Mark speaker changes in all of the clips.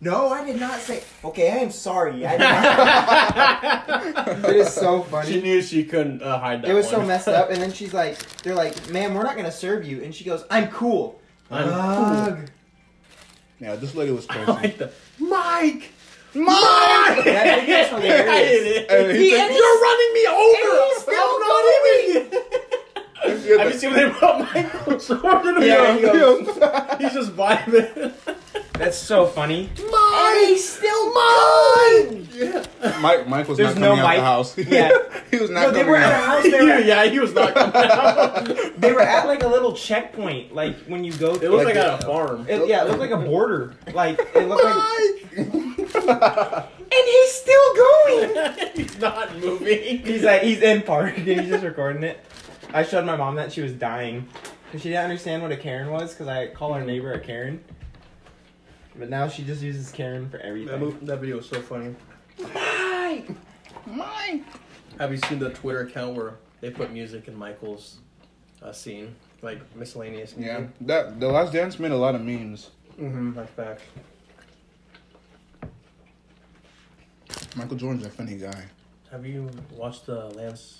Speaker 1: No, I did not say. Okay, I am sorry. I did not.
Speaker 2: It is so
Speaker 3: She
Speaker 2: funny.
Speaker 3: knew she couldn't uh, hide that.
Speaker 2: It was so
Speaker 3: one.
Speaker 2: messed up. And then she's like, they're like, ma'am, we're not gonna serve you. And she goes, I'm cool.
Speaker 3: I'm-
Speaker 2: Ugh.
Speaker 4: Yeah, this lady was
Speaker 3: I
Speaker 1: Oh,
Speaker 4: crazy.
Speaker 3: like the Mike.
Speaker 2: Mike! That video's hilarious.
Speaker 3: It
Speaker 4: And
Speaker 3: is.
Speaker 4: he
Speaker 3: You're
Speaker 4: said-
Speaker 3: running me over. I'm not even.
Speaker 4: Yeah,
Speaker 3: Have you
Speaker 4: the-
Speaker 3: seen when they brought Michael Jordan? to
Speaker 2: Yeah,
Speaker 3: me?
Speaker 2: he goes-
Speaker 3: he's just vibing.
Speaker 1: That's so funny.
Speaker 3: Mike.
Speaker 2: still
Speaker 3: Mike.
Speaker 4: Mike, Mike was
Speaker 1: There's
Speaker 4: not coming
Speaker 1: no
Speaker 4: out
Speaker 1: Mike.
Speaker 4: the house.
Speaker 1: Yeah.
Speaker 4: he was
Speaker 1: No,
Speaker 4: not
Speaker 1: they
Speaker 4: coming
Speaker 1: were at a
Speaker 4: out.
Speaker 1: house. They were,
Speaker 3: Yeah, yeah, he was not coming out.
Speaker 1: they were at like a little checkpoint, like when you go.
Speaker 3: It looked
Speaker 4: Like
Speaker 3: like, at
Speaker 4: the-
Speaker 3: a farm.
Speaker 1: It, yeah, it looked like a border. Like it looked like.
Speaker 2: And he's still going.
Speaker 3: he's not moving.
Speaker 1: He's like he's in park and he's just recording it. I showed my mom that she was dying, and she didn't understand what a Karen was because I call our neighbor a Karen. But now she just uses Karen for
Speaker 3: That,
Speaker 1: everything.
Speaker 3: move, that video was so funny.
Speaker 2: Mike. Mike.
Speaker 3: Have you seen the Twitter account where they put music in Michael's uh, scene, like miscellaneous music?
Speaker 4: Yeah, that the last dance made a lot of memes.
Speaker 3: Mm-hmm. Like back.
Speaker 4: Michael Jordan's a funny guy.
Speaker 3: Have you watched the Lance?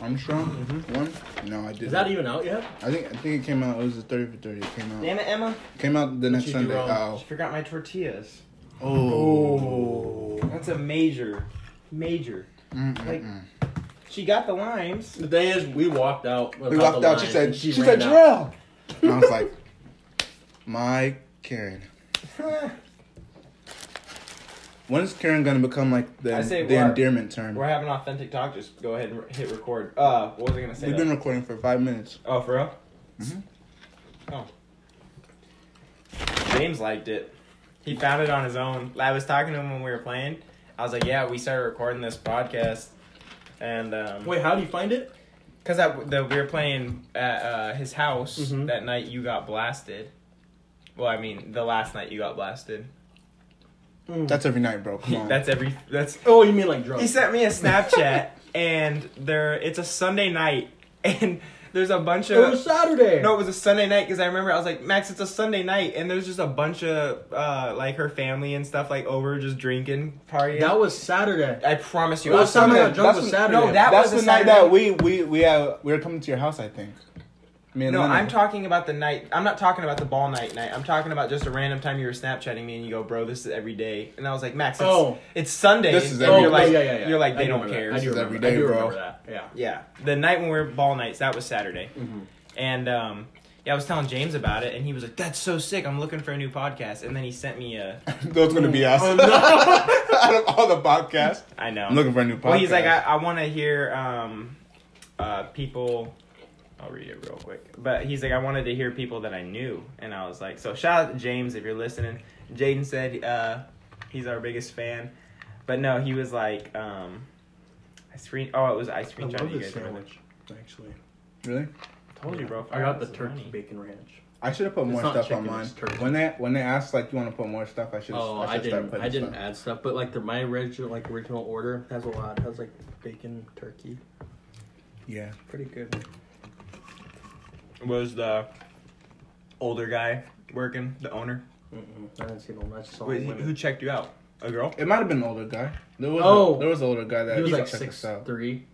Speaker 4: Armstrong
Speaker 1: Mm-hmm.
Speaker 4: one? No, I didn't.
Speaker 3: Is that even out yet?
Speaker 4: I think I think it came out. It was the thirty for thirty. It came out.
Speaker 1: Damn it, Emma!
Speaker 4: Came out the next
Speaker 3: you do
Speaker 4: Sunday.
Speaker 3: wrong?
Speaker 4: Ow.
Speaker 1: She forgot my tortillas.
Speaker 4: Oh.
Speaker 1: That's a major, major.
Speaker 4: Mm-mm-mm.
Speaker 1: Like- She got the limes.
Speaker 3: The thing is, we walked out.
Speaker 4: we
Speaker 3: without
Speaker 4: walked
Speaker 3: the
Speaker 4: out. She
Speaker 3: line,
Speaker 4: said.
Speaker 3: and
Speaker 4: She,
Speaker 3: ran
Speaker 4: said,
Speaker 3: out.
Speaker 4: "Drill." And I was like, "My Karen. When is Karen gonna become like the
Speaker 1: I say
Speaker 4: the
Speaker 1: we're-
Speaker 4: endearment term?
Speaker 1: We're having authentic talk. Just go ahead and re- hit record. Uh, what was I gonna say?
Speaker 4: We've
Speaker 1: though?
Speaker 4: been recording for five minutes.
Speaker 1: oh, for real?
Speaker 4: Mhm.
Speaker 1: Oh. James liked it. He found it on his own. I was talking to him when we were playing. I was like, "Yeah, we started recording this podcast." And um,
Speaker 3: Wait, how do you find it?
Speaker 1: Cause I, the, we were playing at uh, his house
Speaker 4: Mm-hmm.
Speaker 3: Mhm.
Speaker 1: that night. You got blasted. Well, I mean, the last night you got blasted.
Speaker 4: That's every night, bro. Come on.
Speaker 1: That's every. That's.
Speaker 3: oh, you mean like drugs?
Speaker 1: He sent me a Snapchat, and there. It's a Sunday night, and there's a bunch
Speaker 3: it
Speaker 1: of.
Speaker 3: was Saturday.
Speaker 1: No, it was a Sunday night because I remember I was like, Max, it's a Sunday night, and there's just a bunch of uh, like her family and stuff like over just drinking, partying.
Speaker 3: that was Saturday.
Speaker 1: I promise you,
Speaker 3: It
Speaker 1: I
Speaker 3: was
Speaker 1: saw
Speaker 3: Sunday
Speaker 1: that-
Speaker 3: night. Drugs
Speaker 4: that's
Speaker 3: was
Speaker 4: when-
Speaker 3: Saturday.
Speaker 1: no, that-
Speaker 4: That's
Speaker 1: was
Speaker 4: the
Speaker 1: a
Speaker 4: night
Speaker 1: Saturday.
Speaker 4: that we we we uh, we were coming to your house. I think. Me and
Speaker 1: No,
Speaker 4: Lena.
Speaker 1: I'm talking about the night. I'm not talking about the ball night night. I'm talking about just a random time you were Snapchatting me and you go, bro, this is every day. And I was like, Max, it's,
Speaker 3: Oh.
Speaker 1: it's Sunday.
Speaker 4: This is
Speaker 1: And
Speaker 4: every-
Speaker 1: you're
Speaker 3: oh,
Speaker 1: like,
Speaker 3: yeah, yeah, yeah.
Speaker 1: You're like,
Speaker 3: I
Speaker 1: they
Speaker 3: do
Speaker 1: don't
Speaker 3: remember
Speaker 1: care.
Speaker 3: That. I do
Speaker 4: This is
Speaker 3: remember.
Speaker 4: every
Speaker 3: I
Speaker 4: day,
Speaker 3: do
Speaker 4: bro.
Speaker 3: remember that. Yeah.
Speaker 1: Yeah, the night when we were ball nights, that was Saturday.
Speaker 3: Mm-hmm.
Speaker 1: And um, yeah, I was telling James about it, and he was like, that's so sick. I'm looking for a new podcast. And then he sent me a,
Speaker 4: That's gonna be us.
Speaker 3: Oh, no.
Speaker 4: Out of all the podcasts,
Speaker 1: I know.
Speaker 4: I'm looking for a new podcast.
Speaker 1: Well, he's like, I, I want to hear um, uh, people. I'll read it real quick. But he's like, I wanted to hear people that I knew. And I was like, so shout out to James if you're listening. Jaden said uh, he's our biggest fan. But no, he was like, um, I screen. Oh, it was I
Speaker 3: I love
Speaker 1: screenshot you
Speaker 3: this
Speaker 1: guys. remember.
Speaker 3: sandwich. Actually,
Speaker 4: really?
Speaker 1: Told you, bro.
Speaker 3: I got the
Speaker 1: That's
Speaker 3: turkey
Speaker 1: money.
Speaker 3: bacon ranch.
Speaker 4: I should have put
Speaker 3: It's
Speaker 4: more
Speaker 3: not
Speaker 4: stuff on
Speaker 3: chicken,
Speaker 4: mine.
Speaker 3: it's turkey.
Speaker 4: When they when they asked like you want to put more stuff, I should.
Speaker 3: Oh, I,
Speaker 4: I, should start
Speaker 3: didn't.
Speaker 4: putting
Speaker 3: I didn't
Speaker 4: Stuff.
Speaker 3: add stuff, but like the my original like original order has a lot. Has like bacon, turkey,
Speaker 4: Yeah.
Speaker 3: pretty good.
Speaker 1: Was the older guy working the owner?
Speaker 3: Mm-mm, I didn't see no much. Saw
Speaker 1: Wait,
Speaker 3: women.
Speaker 1: who checked you out? A girl?
Speaker 4: It might have been an older guy. There was
Speaker 3: Oh.
Speaker 4: a, there was an older guy that
Speaker 3: he was like
Speaker 4: checked
Speaker 3: six
Speaker 4: us out.
Speaker 3: three. He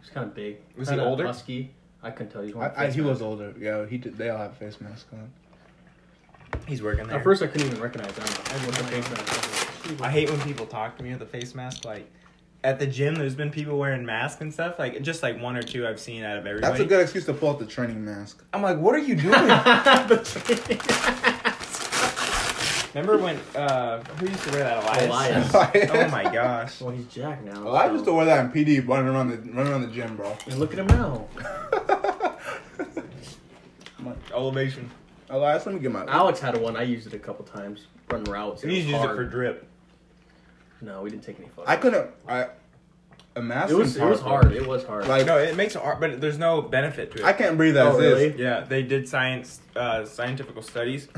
Speaker 3: was kind of big.
Speaker 1: Was he
Speaker 3: Kinda
Speaker 1: older?
Speaker 3: Husky. I couldn't tell. He was. wearing a
Speaker 4: I, I,
Speaker 3: face
Speaker 4: he was
Speaker 3: mask.
Speaker 4: older. Yeah, he did. They all had face masks on.
Speaker 1: He's working there.
Speaker 3: At first, I couldn't even recognize him. I had the face mask.
Speaker 1: I hate when people talk to me with a face mask. Like at the gym, there's been people wearing masks and stuff. Like just like one or two I've seen out of everybody.
Speaker 4: That's a good excuse to pull out the training mask.
Speaker 1: I'm like, what are you doing? Remember when uh who used to wear that Elias?
Speaker 3: Elias.
Speaker 1: oh my gosh.
Speaker 3: Well, he's Jack now.
Speaker 4: Well, I
Speaker 3: so-
Speaker 4: used to wear that in PD, running around the running around the gym, bro.
Speaker 3: And look at him now.
Speaker 1: Elevation.
Speaker 4: Elias, Oh, let me get my.
Speaker 3: Alex had one. I used it a couple times. Run routes.
Speaker 1: You used to use it for
Speaker 3: hard.
Speaker 1: drip.
Speaker 3: No, we didn't take any photos.
Speaker 4: I couldn't. I a mask.
Speaker 3: It was.
Speaker 4: is
Speaker 3: It was hard. It was hard.
Speaker 4: Like
Speaker 1: No, it makes it hard, but there's no benefit to it.
Speaker 4: I can't breathe as
Speaker 3: Oh,
Speaker 4: is.
Speaker 3: really?
Speaker 1: yeah, they did science uh scientific studies.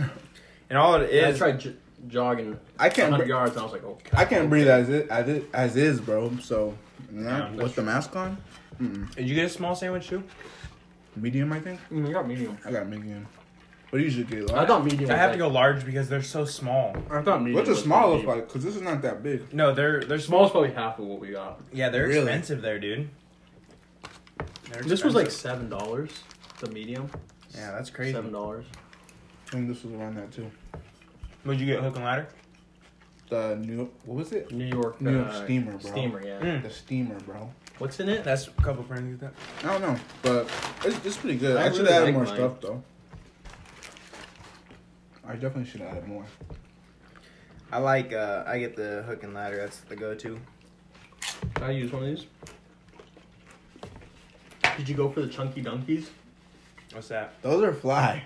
Speaker 1: And all it
Speaker 3: Yeah,
Speaker 1: is
Speaker 3: I tried j- jogging
Speaker 4: I can't
Speaker 3: 100
Speaker 4: br-
Speaker 3: yards, and I was like, oh.
Speaker 4: I can't breathe as it as it as is, bro. So yeah,
Speaker 1: Yeah,
Speaker 4: with the mask on,
Speaker 1: Did you get a small sandwich too?
Speaker 4: medium, I think.
Speaker 3: Mm, you got medium.
Speaker 4: I got medium. What do you usually do?
Speaker 3: I
Speaker 4: Like,
Speaker 3: thought medium.
Speaker 1: I
Speaker 3: was
Speaker 1: have to
Speaker 3: like,
Speaker 1: go large because they're so small.
Speaker 3: I thought medium.
Speaker 4: what's the
Speaker 3: was
Speaker 4: small
Speaker 3: gonna
Speaker 4: look
Speaker 3: be-
Speaker 4: like? Because this is not that big.
Speaker 1: No, they're they're small.
Speaker 3: Small is probably half of what we got.
Speaker 1: Yeah, they're
Speaker 4: Really?
Speaker 1: expensive there, dude. They're
Speaker 3: This was like
Speaker 1: expensive.
Speaker 3: seven dollars. The medium.
Speaker 1: yeah, that's crazy.
Speaker 3: Seven dollars.
Speaker 4: And this was around that too.
Speaker 1: Would you get hook and ladder?
Speaker 4: The new what was it?
Speaker 3: New York.
Speaker 4: New York
Speaker 3: uh,
Speaker 4: steamer, bro.
Speaker 3: Steamer. Yeah.
Speaker 1: Mm.
Speaker 4: The steamer, bro.
Speaker 3: What's in it?
Speaker 1: That's a couple friends get that.
Speaker 4: I don't know, but it's, it's pretty good.
Speaker 3: I
Speaker 4: I, should
Speaker 3: really like
Speaker 4: have added more
Speaker 3: mine.
Speaker 4: stuff though. I definitely should have added more.
Speaker 1: I like. uh I get the hook and ladder. That's the go-to.
Speaker 3: Can I use one of these? Did you go for the chunky donkeys?
Speaker 1: What's that?
Speaker 4: Those are fly.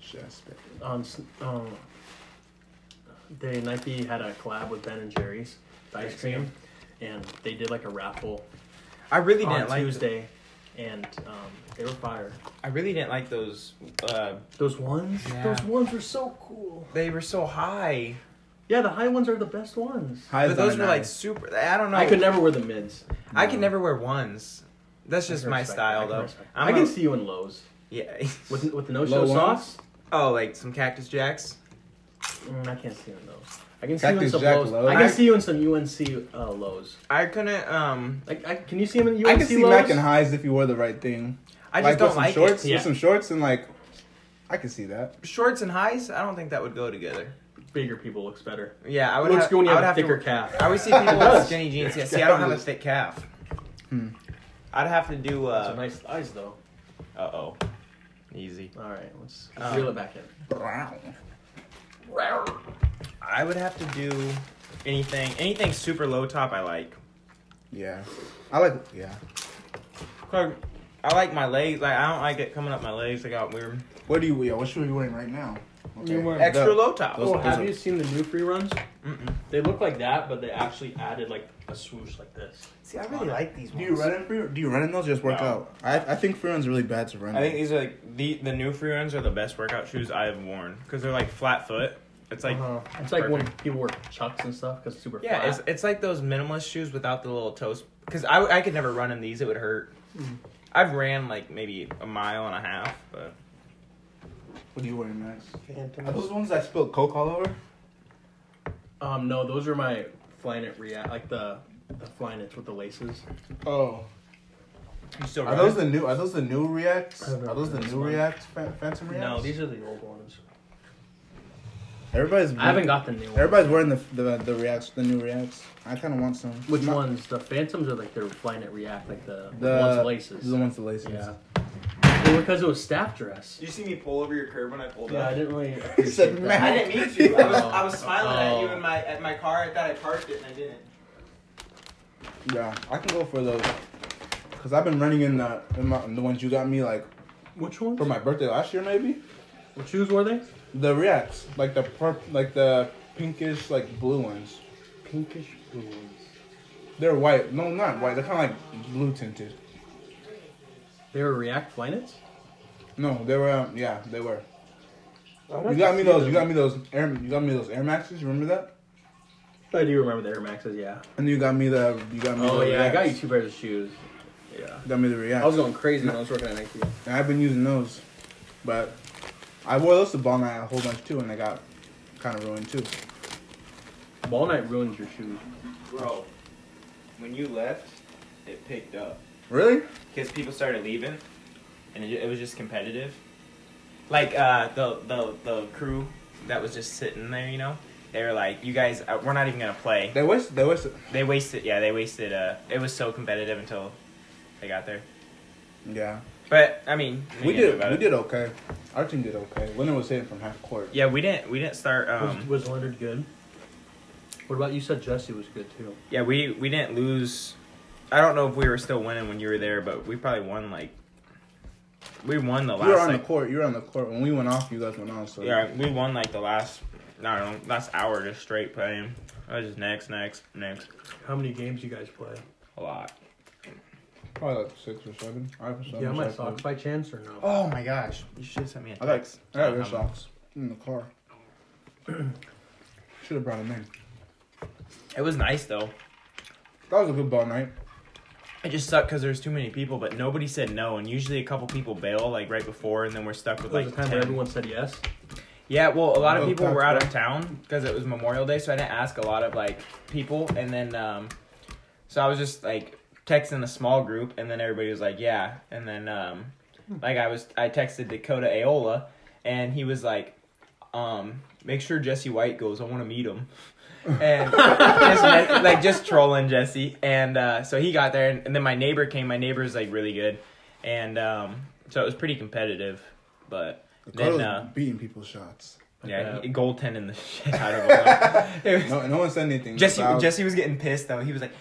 Speaker 4: Shit, I spit.
Speaker 3: Um, s- um, they Nike had a collab with Ben and Jerry's the ice
Speaker 1: Ice
Speaker 3: cream, and they did like a raffle
Speaker 1: I really
Speaker 3: on
Speaker 1: didn't like.
Speaker 3: Tuesday, and um, they were fire.
Speaker 1: I really didn't like those. uh
Speaker 3: Those ones,
Speaker 1: Yeah.
Speaker 3: those ones were so cool.
Speaker 1: They were so high.
Speaker 3: Yeah, the high ones are the best ones.
Speaker 4: Highs
Speaker 1: but those
Speaker 4: are
Speaker 1: were like
Speaker 4: nice.
Speaker 1: super. I don't know.
Speaker 3: I could never wear the mids.
Speaker 1: I could
Speaker 4: No.
Speaker 1: never wear ones. That's
Speaker 3: I
Speaker 1: just
Speaker 3: can
Speaker 1: my
Speaker 3: respect- I
Speaker 1: style,
Speaker 3: can
Speaker 1: though.
Speaker 3: respect-
Speaker 1: I'm
Speaker 3: I can
Speaker 1: a-
Speaker 3: see you in lows
Speaker 1: Yeah.
Speaker 3: with with no
Speaker 4: Low
Speaker 3: show
Speaker 4: ones?
Speaker 3: socks.
Speaker 1: oh, like some cactus jacks.
Speaker 3: Mm, I can't see you in those. I can see you in
Speaker 4: Cactus
Speaker 3: some
Speaker 4: Jack
Speaker 3: lows.
Speaker 4: lows.
Speaker 3: I can
Speaker 1: I-
Speaker 3: see you in some UNC uh, lows.
Speaker 1: I couldn't. Um,
Speaker 3: Like, I, can you see him in UNC
Speaker 4: I can see
Speaker 3: lows?
Speaker 4: Mac and highs if you wore the right thing.
Speaker 1: I just
Speaker 4: like with
Speaker 1: don't
Speaker 4: some
Speaker 1: like
Speaker 4: shorts,
Speaker 1: it.
Speaker 3: Yeah.
Speaker 4: with some shorts and like, I can see that.
Speaker 1: Shorts and highs. I don't think that would go together.
Speaker 3: Bigger people looks better.
Speaker 1: Yeah, I would.
Speaker 3: It looks
Speaker 1: have,
Speaker 3: good when you
Speaker 1: I
Speaker 3: have,
Speaker 1: would
Speaker 3: a thicker
Speaker 1: to, uh,
Speaker 3: calf.
Speaker 1: I would see people with
Speaker 3: does.
Speaker 1: skinny jeans. Yeah,
Speaker 3: It
Speaker 1: see, I don't have a
Speaker 3: does.
Speaker 1: thick calf.
Speaker 4: Hmm.
Speaker 1: I'd have to do.
Speaker 3: Those are
Speaker 1: Uh
Speaker 3: nice thighs though.
Speaker 1: oh, easy.
Speaker 3: All right, let's, let's
Speaker 1: Um,
Speaker 3: reel it back in.
Speaker 4: Brown.
Speaker 1: I would have to do anything. Anything super low top. I like.
Speaker 4: Yeah, I like. Yeah.
Speaker 1: Cause I like my legs. Like I don't like it coming up my legs. I got weird.
Speaker 4: What do you? Yeah, what shoe are you wearing right now?
Speaker 3: You're wearing-
Speaker 1: Extra
Speaker 4: The-
Speaker 1: low top.
Speaker 4: Those-
Speaker 3: Oh, have
Speaker 4: are-
Speaker 3: you seen the new free runs?
Speaker 1: Mm-mm.
Speaker 3: They look like that, but they actually added like a swoosh like this.
Speaker 1: See, I really like these
Speaker 4: Do you run in free? Do you run in those? Or just work
Speaker 1: No.
Speaker 4: out. I I think free run's really bad to run.
Speaker 1: I think
Speaker 4: in.
Speaker 1: these are like the the new free runs are the best workout shoes I have worn because they're like flat foot. It's like
Speaker 3: It's like when people wear chucks and stuff because super
Speaker 1: yeah, it's
Speaker 3: flat.
Speaker 1: it's like those minimalist shoes without the little toes. Because I I could never run in these; it would hurt. I've ran like maybe a mile and a half, but
Speaker 4: What are you wearing, Max? Are
Speaker 3: Phantoms.
Speaker 4: those the ones that I spilled Coke all over?
Speaker 3: Um, no, those are my Flyknit react like the the Flyknits with the laces.
Speaker 4: Oh,
Speaker 1: you still
Speaker 4: are
Speaker 1: run.
Speaker 4: those the new? Are those the new
Speaker 3: I
Speaker 4: Reacts?
Speaker 3: don't know.
Speaker 4: Are those the
Speaker 3: This
Speaker 4: new
Speaker 3: one.
Speaker 4: Reacts? Fa- Phantom Reacts?
Speaker 3: No, these are the old ones.
Speaker 4: Everybody's.
Speaker 3: I haven't got the new ones.
Speaker 4: Everybody's wearing the the the Reacts, the new Reacts. I kind of want some.
Speaker 3: Which
Speaker 4: My-
Speaker 3: ones? The Phantoms are like their Flyknit react like the, the,
Speaker 4: The
Speaker 3: ones with laces.
Speaker 4: The ones with laces.
Speaker 3: Yeah. Well, because it was staff dress.
Speaker 1: you see me pull over your curb when I pulled
Speaker 3: Yeah, I didn't really.
Speaker 4: He
Speaker 3: appreciate
Speaker 4: said,
Speaker 3: that.
Speaker 4: "Man." I didn't mean to. I
Speaker 3: was- I was smiling at you in
Speaker 1: my at my car. I thought I parked it and I didn't.
Speaker 4: Yeah, I can go for those. Cause I've been running in the in, my, in the ones you got me like
Speaker 3: Which ones?
Speaker 4: for my birthday last year maybe.
Speaker 3: Which shoes were they?
Speaker 4: The Reacts, like the purp, like the pinkish, like blue ones.
Speaker 3: Pinkish blue ones.
Speaker 4: They're white. No, not white. They're kind of like blue tinted.
Speaker 3: They were React Flyknits?
Speaker 4: No, they were. Um, yeah, they were. You got me those. You got me those Air. You got me those Air Maxes. You remember that?
Speaker 3: I do remember the Air Maxes, yeah.
Speaker 4: And you got me the. You got me.
Speaker 3: Oh,
Speaker 4: the
Speaker 3: yeah, I got you
Speaker 4: Reacts.
Speaker 3: two pairs of shoes. Yeah.
Speaker 4: Got me the Reacts.
Speaker 3: I was going crazy when I was working at Nike.
Speaker 4: And I've been using those, but I wore those to ball night a whole bunch too, and I got kind of ruined too.
Speaker 3: Ball Night ruins your shoes.
Speaker 1: Bro, when you left, it picked up.
Speaker 4: Really?
Speaker 1: because people started leaving, and it, it was just competitive. Like uh, the the the crew that was just sitting there, you know, they were like, "You guys, uh, we're not even gonna play."
Speaker 4: They wasted. They wasted.
Speaker 1: They wasted, yeah, they wasted. Uh, it was so competitive until they got there.
Speaker 4: Yeah,
Speaker 1: But I mean,
Speaker 4: we
Speaker 1: you know
Speaker 4: did.
Speaker 1: about
Speaker 4: We
Speaker 1: it.
Speaker 4: did okay. Our team did okay. Winner was hitting from half court.
Speaker 1: Yeah, we didn't. We didn't start. Um,
Speaker 3: was Leonard good? What about you said Jesse was good too?
Speaker 1: yeah, we we didn't lose. I don't know if we were still winning when you were there, but we probably won like. We won the
Speaker 4: you were
Speaker 1: last.
Speaker 4: on
Speaker 1: like-
Speaker 4: the court. You were on the court when we went off. You guys went on. So
Speaker 1: Yeah, we won like the last, I don't know, last hour just straight playing. I was just next, next, next,
Speaker 3: How many games you guys play?
Speaker 1: a lot.
Speaker 4: probably like six or seven. I have
Speaker 3: Do
Speaker 4: some.
Speaker 3: you have my
Speaker 4: socks.
Speaker 3: socks by chance or no?
Speaker 1: Oh my gosh, you should have sent me a
Speaker 4: I got,
Speaker 1: text. Um,
Speaker 4: I got your socks in the car. Should have brought them in.
Speaker 1: It was nice though.
Speaker 4: That was a good ball night.
Speaker 1: It just sucked because there's too many people, but nobody said no, and usually a couple people bail like right before, and then we're stuck with
Speaker 3: Like
Speaker 1: like
Speaker 3: the time
Speaker 1: 10.
Speaker 3: where everyone said yes.
Speaker 1: Yeah, well, a lot of
Speaker 4: Oh,
Speaker 1: people were out
Speaker 4: that's
Speaker 1: of town because it was Memorial Day, so I didn't ask a lot of like people, and then um, so I was just like texting a small group, and then everybody was like, yeah, and then um,
Speaker 4: Hmm.
Speaker 1: like I was I texted Dakota Aola, and he was like, um, make sure Jesse White goes. I want to meet him. and just, me- like just trolling Jesse, and uh, so he got there, and, and then my neighbor came. My neighbor's like really good, and um, so it was pretty competitive, but
Speaker 4: Dakota's
Speaker 1: Then, uh,
Speaker 4: beating people's shots.
Speaker 1: yeah,
Speaker 3: Yeah.
Speaker 1: he, goaltending the shit out of him. It was-
Speaker 4: No, no one said anything.
Speaker 1: Jesse
Speaker 4: about-
Speaker 1: Jesse was getting pissed though. He was like,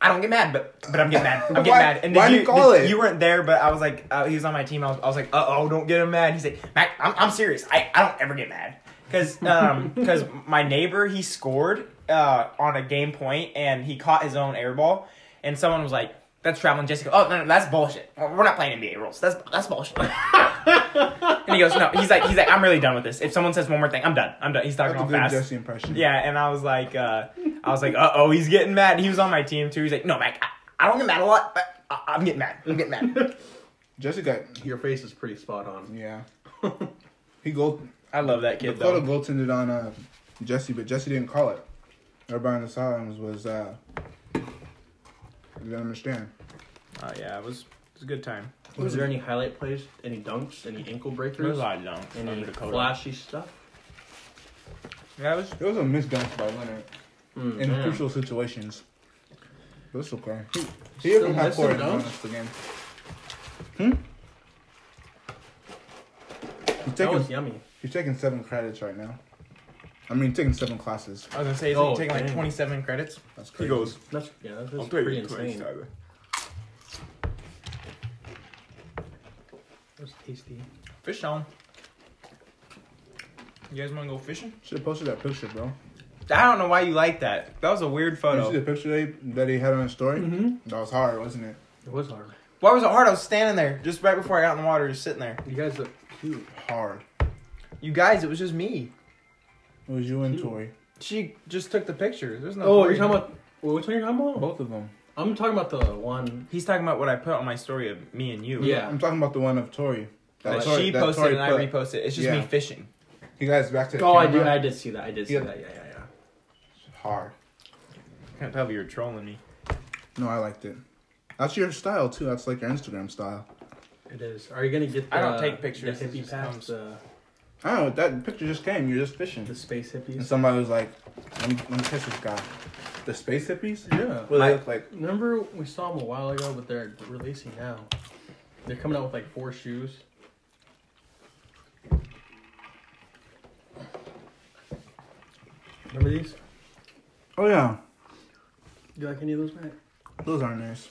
Speaker 1: "I don't get mad, but but I'm getting mad. I'm getting
Speaker 4: Why-
Speaker 1: mad."
Speaker 4: why
Speaker 1: then
Speaker 4: do you call
Speaker 1: then
Speaker 4: it?
Speaker 1: You weren't there, but I was like, uh, he was on my team. I was, I was like, "Uh oh, don't get him mad." He's like, "Mac, I'm, I'm serious. I, I don't ever get mad because because my neighbor he scored uh, on a game point and he caught his own air ball, and someone was like." That's traveling Jessica. Oh no, no, that's bullshit. We're not playing NBA rules. That's that's bullshit. and he goes, no. He's like, he's like, I'm really done with this. If someone says one more thing, I'm done. I'm done. He's talking
Speaker 4: That's a
Speaker 1: all
Speaker 4: good
Speaker 1: fast.
Speaker 4: Jesse impression.
Speaker 1: Yeah, and I was like, uh, I was like, uh oh, he's getting mad. He was on my team too. He's like, no, Mac, I, I don't get mad a lot, but I, I'm getting mad. I'm getting mad.
Speaker 4: Jesse got.
Speaker 3: Your face is pretty spot on.
Speaker 4: Yeah. He gold.
Speaker 1: I love that kid
Speaker 4: Dakota
Speaker 1: though.
Speaker 4: goaltended on uh, Jesse, but Jesse didn't call it. Everybody on the sidelines was. Uh, didn't understand.
Speaker 1: Oh yeah, it was it was a good time.
Speaker 3: Was there any highlight plays? Any dunks? Any ankle
Speaker 1: There was
Speaker 3: breakers?
Speaker 1: a lot of dunks
Speaker 3: Any
Speaker 1: under Dakota.
Speaker 3: flashy stuff?
Speaker 1: Yeah, it was.
Speaker 4: There was a missed dunk by Leonard
Speaker 3: Mm,
Speaker 4: in
Speaker 3: man.
Speaker 4: crucial situations. But it's okay. He, he
Speaker 3: Still
Speaker 4: didn't have
Speaker 3: missing
Speaker 4: four in the
Speaker 3: dunks?
Speaker 4: honest again. Hmm? He's
Speaker 3: That
Speaker 4: taking,
Speaker 3: was yummy.
Speaker 4: he's taking seven credits right now. I mean, taking seven classes.
Speaker 1: I was gonna say he's
Speaker 3: Oh,
Speaker 1: taking like
Speaker 3: dang.
Speaker 1: 27 credits.
Speaker 4: That's crazy.
Speaker 3: That's yeah. That's, that's pretty insane. That was tasty.
Speaker 1: Fish on. You guys want to go fishing?
Speaker 4: Should have posted that picture, bro.
Speaker 1: I don't know why you like that. That was a weird
Speaker 3: Oh,
Speaker 4: You see
Speaker 1: photo.
Speaker 4: the picture they, that he had on his story?
Speaker 3: Mhm.
Speaker 4: That was hard, wasn't it?
Speaker 3: It was hard.
Speaker 1: Why was it hard? I was standing there just right before I got in the water, just sitting there.
Speaker 3: You guys look cute.
Speaker 4: Hard.
Speaker 1: You guys, it was just me.
Speaker 4: It was you and Tori.
Speaker 1: She just took the picture. There's no.
Speaker 3: Oh,
Speaker 1: worry.
Speaker 3: you're talking about. Oh. Well, which one you're talking about?
Speaker 4: Oh, Both of them.
Speaker 3: I'm talking about the one.
Speaker 1: He's talking about what I put on my story of me and you.
Speaker 3: Yeah.
Speaker 4: I'm talking about the one of Tori.
Speaker 1: That
Speaker 4: Tori-
Speaker 1: she
Speaker 4: that
Speaker 1: posted
Speaker 4: Tori
Speaker 1: and I
Speaker 4: put.
Speaker 1: reposted. It's just me
Speaker 4: Yeah.
Speaker 1: fishing.
Speaker 4: You guys back to the
Speaker 3: Oh, I did.
Speaker 4: camera?
Speaker 3: I did see that. I did see
Speaker 4: Yeah.
Speaker 3: that. Yeah, yeah, yeah.
Speaker 4: Hard.
Speaker 1: Can't tell if you're trolling me.
Speaker 4: No, I liked it. That's your style too. That's like your Instagram style.
Speaker 3: It is. Are you gonna get? The,
Speaker 1: I don't take pictures,
Speaker 3: The
Speaker 1: it
Speaker 3: hippie
Speaker 1: just
Speaker 3: pass.
Speaker 1: comes.
Speaker 3: The,
Speaker 4: I don't know. That picture just came. You're just fishing.
Speaker 3: the space
Speaker 4: And
Speaker 3: hippies.
Speaker 4: somebody was like, let me, let me kiss this guy. The space hippies?
Speaker 3: Yeah.
Speaker 4: What do they look like?
Speaker 3: Remember we saw them a while ago, but they're releasing now. They're coming out with like four shoes. Remember these?
Speaker 4: Oh, yeah.
Speaker 3: Do you like any of those, Matt?
Speaker 4: Those are nice.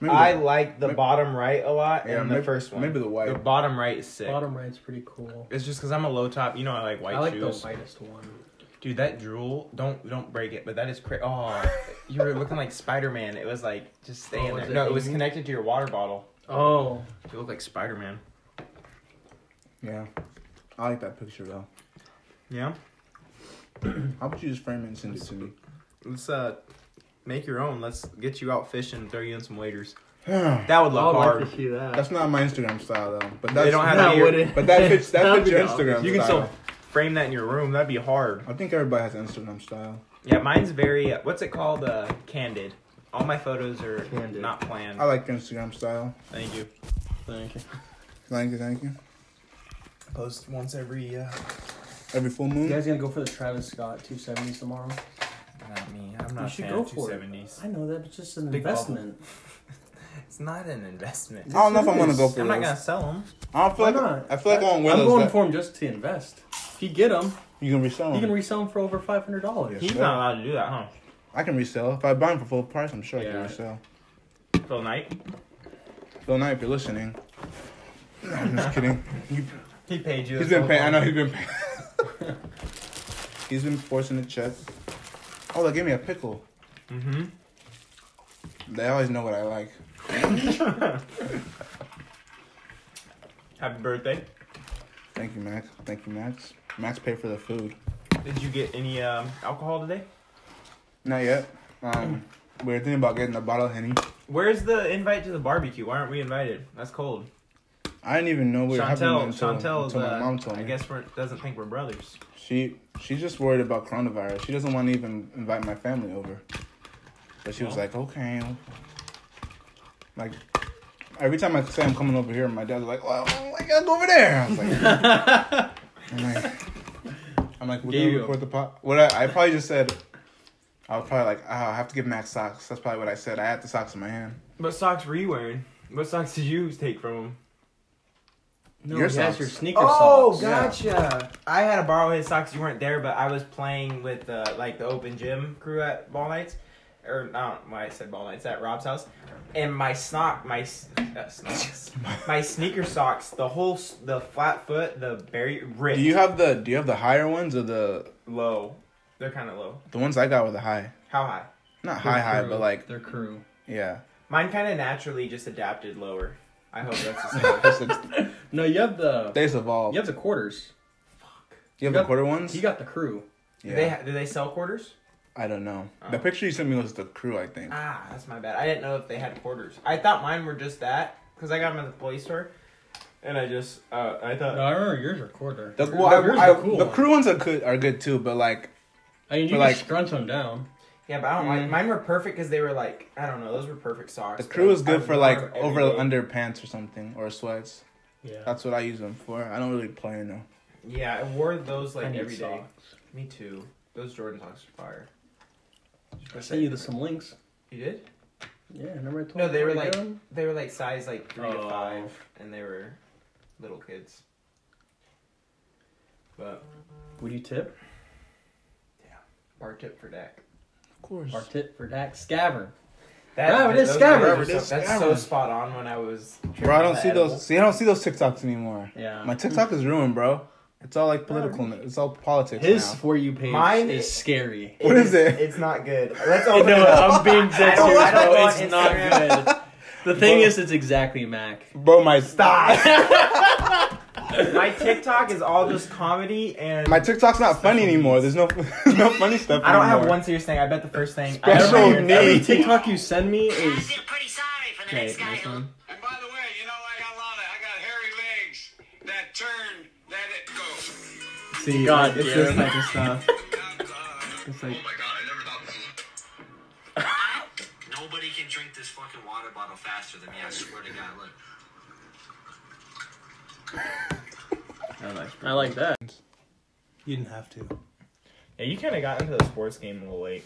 Speaker 1: I
Speaker 4: the-
Speaker 1: like the
Speaker 4: maybe-
Speaker 1: bottom right a lot
Speaker 4: yeah,
Speaker 1: and
Speaker 4: maybe,
Speaker 1: the first one.
Speaker 4: Maybe the white.
Speaker 1: the bottom right is sick.
Speaker 3: Bottom right's pretty cool.
Speaker 1: It's just because I'm a low top. You know I like white
Speaker 3: I like
Speaker 1: shoes.
Speaker 3: the lightest one.
Speaker 1: Dude, that drool. Don't don't break it. But that is crazy. Oh, you were looking like Spider Man. It was like just staying
Speaker 3: Oh, was
Speaker 1: there.
Speaker 3: it
Speaker 1: No, it was
Speaker 3: hanging?
Speaker 1: connected to your water bottle.
Speaker 3: Oh,
Speaker 1: You look like Spider Man.
Speaker 4: yeah. I like that picture though.
Speaker 1: Yeah.
Speaker 4: How about you just frame it and send it to me?
Speaker 1: Let's uh make your own. Let's get you out fishing. Throw you in some waders.
Speaker 4: That's
Speaker 1: That would
Speaker 3: I
Speaker 1: look
Speaker 3: would
Speaker 1: hard.
Speaker 3: Oh, like to see that.
Speaker 4: not my Instagram style though. But that's
Speaker 1: They don't have
Speaker 3: That
Speaker 1: beer.
Speaker 3: wouldn't-
Speaker 4: But that fits that
Speaker 3: That would
Speaker 4: fits your
Speaker 3: be awesome.
Speaker 4: Instagram
Speaker 1: You can
Speaker 4: style.
Speaker 1: still frame that in your room. That'd be hard.
Speaker 4: I think everybody has an Instagram style.
Speaker 1: Yeah, mine's very. Uh, what's it called? Uh, candid. All my photos are
Speaker 3: Candid.
Speaker 1: not planned.
Speaker 4: I like your Instagram style.
Speaker 1: Thank you.
Speaker 3: Thank you.
Speaker 4: Thank you, thank you.
Speaker 1: Post once every. Uh,
Speaker 4: Every full moon.
Speaker 3: You guys gonna go for the Travis Scott 270s tomorrow?
Speaker 1: not me. I'm not a
Speaker 3: should
Speaker 1: fan
Speaker 3: go
Speaker 1: of
Speaker 3: for it.
Speaker 1: 270s.
Speaker 3: I know that, but just an
Speaker 1: Big
Speaker 3: investment.
Speaker 1: It's not an investment.
Speaker 4: I don't know if I'm gonna
Speaker 3: Yes,
Speaker 4: go
Speaker 3: it
Speaker 4: for
Speaker 1: I'm not
Speaker 4: those.
Speaker 1: gonna sell them.
Speaker 4: I don't feel
Speaker 3: Why
Speaker 4: like
Speaker 3: not?
Speaker 4: I feel like I want one
Speaker 3: I'm
Speaker 4: of those.
Speaker 3: going
Speaker 4: That,
Speaker 3: for him just to invest. If you get him,
Speaker 4: you can resell
Speaker 3: you can
Speaker 4: them.
Speaker 3: resell them for over five hundred dollars.
Speaker 4: Yeah.
Speaker 1: He's not allowed to do that, huh?
Speaker 4: I can resell if I buy them for full price. I'm sure I
Speaker 1: Yeah.
Speaker 4: can resell.
Speaker 1: Phil Knight.
Speaker 4: Phil Knight, if you're listening, I'm just kidding. You,
Speaker 1: He paid you. this
Speaker 4: he's been
Speaker 1: whole
Speaker 4: paying. I
Speaker 1: time.
Speaker 4: know he's been paying. he's been forcing the check. Oh, they gave me a pickle. They always know what I like.
Speaker 1: Mm-hmm. Happy birthday.
Speaker 4: Thank you, Max. Thank you, Max. Max paid for the food.
Speaker 1: Did you get any um, alcohol today?
Speaker 4: Not yet. Um, we were thinking about getting a bottle of henny.
Speaker 1: Where's the invite to the barbecue? Why aren't we invited? That's cold.
Speaker 4: I didn't even know what
Speaker 1: Chantel,
Speaker 4: happened until,
Speaker 1: Chantel's,
Speaker 4: until my mom
Speaker 1: uh,
Speaker 4: told me.
Speaker 1: I guess we're, doesn't think we're brothers.
Speaker 4: She she's just worried about coronavirus. She doesn't want to even invite my family over. But she was
Speaker 1: Well.
Speaker 4: like, okay. Like every time I say I'm coming over here, my dad's like, well, I gotta go over there. I was like, I'm like, I'm like, we're
Speaker 3: There you
Speaker 4: gonna
Speaker 3: go.
Speaker 4: record the pot. What I, I probably just said, I was probably like, ah, I have to give Max socks. That's probably what I said. I had the socks in my hand.
Speaker 1: What socks were you wearing? What socks did you take from him?
Speaker 3: No,
Speaker 4: Your
Speaker 3: he has
Speaker 4: socks.
Speaker 3: your sneaker
Speaker 1: Oh,
Speaker 3: socks.
Speaker 1: gotcha. I had to borrow his socks. You weren't there, but I was playing with the like the open gym crew at ball nights, or not. Why I said ball nights at Rob's house, and my snock, my s- uh, snocks, my sneaker socks, the whole s- the flat foot, the very ripped.
Speaker 4: Do you have the Do you have the higher ones or the
Speaker 1: low? They're kind of low.
Speaker 4: the ones I got were the high?
Speaker 1: How high?
Speaker 4: Not
Speaker 3: Their
Speaker 4: high high,
Speaker 3: crew-
Speaker 4: but like
Speaker 3: their crew.
Speaker 4: yeah.
Speaker 1: Mine kind of naturally just adapted lower. I hope that's the same.
Speaker 4: It's-
Speaker 3: No, you have the
Speaker 4: They've evolved.
Speaker 3: you have the quarters.
Speaker 4: You have
Speaker 3: You
Speaker 4: the
Speaker 3: got-
Speaker 4: quarter ones?
Speaker 3: He got the crew.
Speaker 1: Do they ha- do they sell quarters?
Speaker 4: I don't know.
Speaker 1: Oh.
Speaker 4: The picture you sent me was the crew, I think.
Speaker 1: Ah, that's my bad. I didn't know if they had quarters. I thought mine were just that because I got them at the police store, and I just uh, I thought
Speaker 3: No, I remember yours are quarter.
Speaker 4: The,
Speaker 3: Yours-
Speaker 4: well, I-
Speaker 3: yours
Speaker 4: I-
Speaker 3: are cool
Speaker 4: the
Speaker 3: ones.
Speaker 4: crew ones are good, are good too, but like
Speaker 3: I mean, you
Speaker 4: but
Speaker 3: can
Speaker 4: like-
Speaker 3: scrunch them down.
Speaker 1: yeah, but I don't
Speaker 3: Mm-hmm.
Speaker 1: like
Speaker 4: Mm.
Speaker 1: mine were perfect because they were like I don't know those were perfect socks.
Speaker 4: the crew
Speaker 1: but
Speaker 4: is
Speaker 1: I
Speaker 4: good
Speaker 1: would
Speaker 4: for
Speaker 1: wear
Speaker 4: like
Speaker 1: them every
Speaker 4: over
Speaker 1: day.
Speaker 4: under pants or something or sweats.
Speaker 3: Yeah.
Speaker 4: That's what I use them for. I don't really play in them.
Speaker 1: Yeah, I wore those
Speaker 3: I
Speaker 1: like
Speaker 3: need
Speaker 1: every day.
Speaker 3: socks.
Speaker 1: Me too. Those Jordan socks are fire.
Speaker 3: I sent you the, some links.
Speaker 1: You did?
Speaker 3: Yeah, remember I told
Speaker 1: No,
Speaker 3: you
Speaker 1: they
Speaker 3: where
Speaker 1: were
Speaker 3: to
Speaker 1: like
Speaker 3: go?
Speaker 1: they were like size like three to
Speaker 3: Oh.
Speaker 1: five, and they were little kids. But
Speaker 3: Would you tip?
Speaker 1: bar tip for Dak.
Speaker 4: Of course.
Speaker 3: Our tip for Dax Scavern.
Speaker 1: That,
Speaker 3: Robert is
Speaker 1: those
Speaker 3: scabbard.
Speaker 1: are
Speaker 4: Robert
Speaker 1: so-
Speaker 4: is
Speaker 1: That's so
Speaker 4: scabbard.
Speaker 1: spot on when I was.
Speaker 4: Bro,
Speaker 1: tripping
Speaker 4: I don't see
Speaker 1: on the edible.
Speaker 4: those. See, I don't see those TikToks anymore.
Speaker 3: Yeah.
Speaker 4: My TikTok is ruined, bro. It's all like political. n- It's all politics
Speaker 3: His
Speaker 4: now.
Speaker 3: for you page
Speaker 1: Mine-
Speaker 3: is scary.
Speaker 4: What is it?
Speaker 1: It's not good. Let's
Speaker 3: You
Speaker 1: open
Speaker 3: know
Speaker 1: it
Speaker 3: what?
Speaker 1: up.
Speaker 3: Oh, I'm being dead
Speaker 1: I don't- I
Speaker 3: serious,
Speaker 1: don't
Speaker 3: bro.
Speaker 1: go
Speaker 3: It's
Speaker 1: on
Speaker 3: not
Speaker 1: Instagram.
Speaker 3: good. The thing
Speaker 4: Bro.
Speaker 3: is, it's exactly Mac.
Speaker 4: Bro, my
Speaker 1: Stop. My TikTok is all just comedy and
Speaker 4: my TikTok's not funny anymore. There's no no funny stuff.
Speaker 1: I don't have
Speaker 4: anymore.
Speaker 1: one serious thing. I bet the first thing. I
Speaker 4: Special
Speaker 1: ever heard-
Speaker 4: needs.
Speaker 3: Every TikTok you send me
Speaker 5: I
Speaker 3: is.
Speaker 5: feel pretty sorry for the
Speaker 3: Okay,
Speaker 5: next guy
Speaker 3: next
Speaker 5: who
Speaker 3: one.
Speaker 6: And by the way, you know, I got a lot of, I got hairy legs that turn, that it go.
Speaker 3: See,
Speaker 1: God
Speaker 3: it's
Speaker 1: damn.
Speaker 3: this type of stuff.
Speaker 6: And, uh,
Speaker 3: It's like,
Speaker 6: oh my god, I never thought this was-
Speaker 5: Nobody can drink this fucking water bottle faster than me. I swear to God. Look.
Speaker 3: I like that. You didn't have to.
Speaker 1: Yeah, you kind of got into the sports game a little late.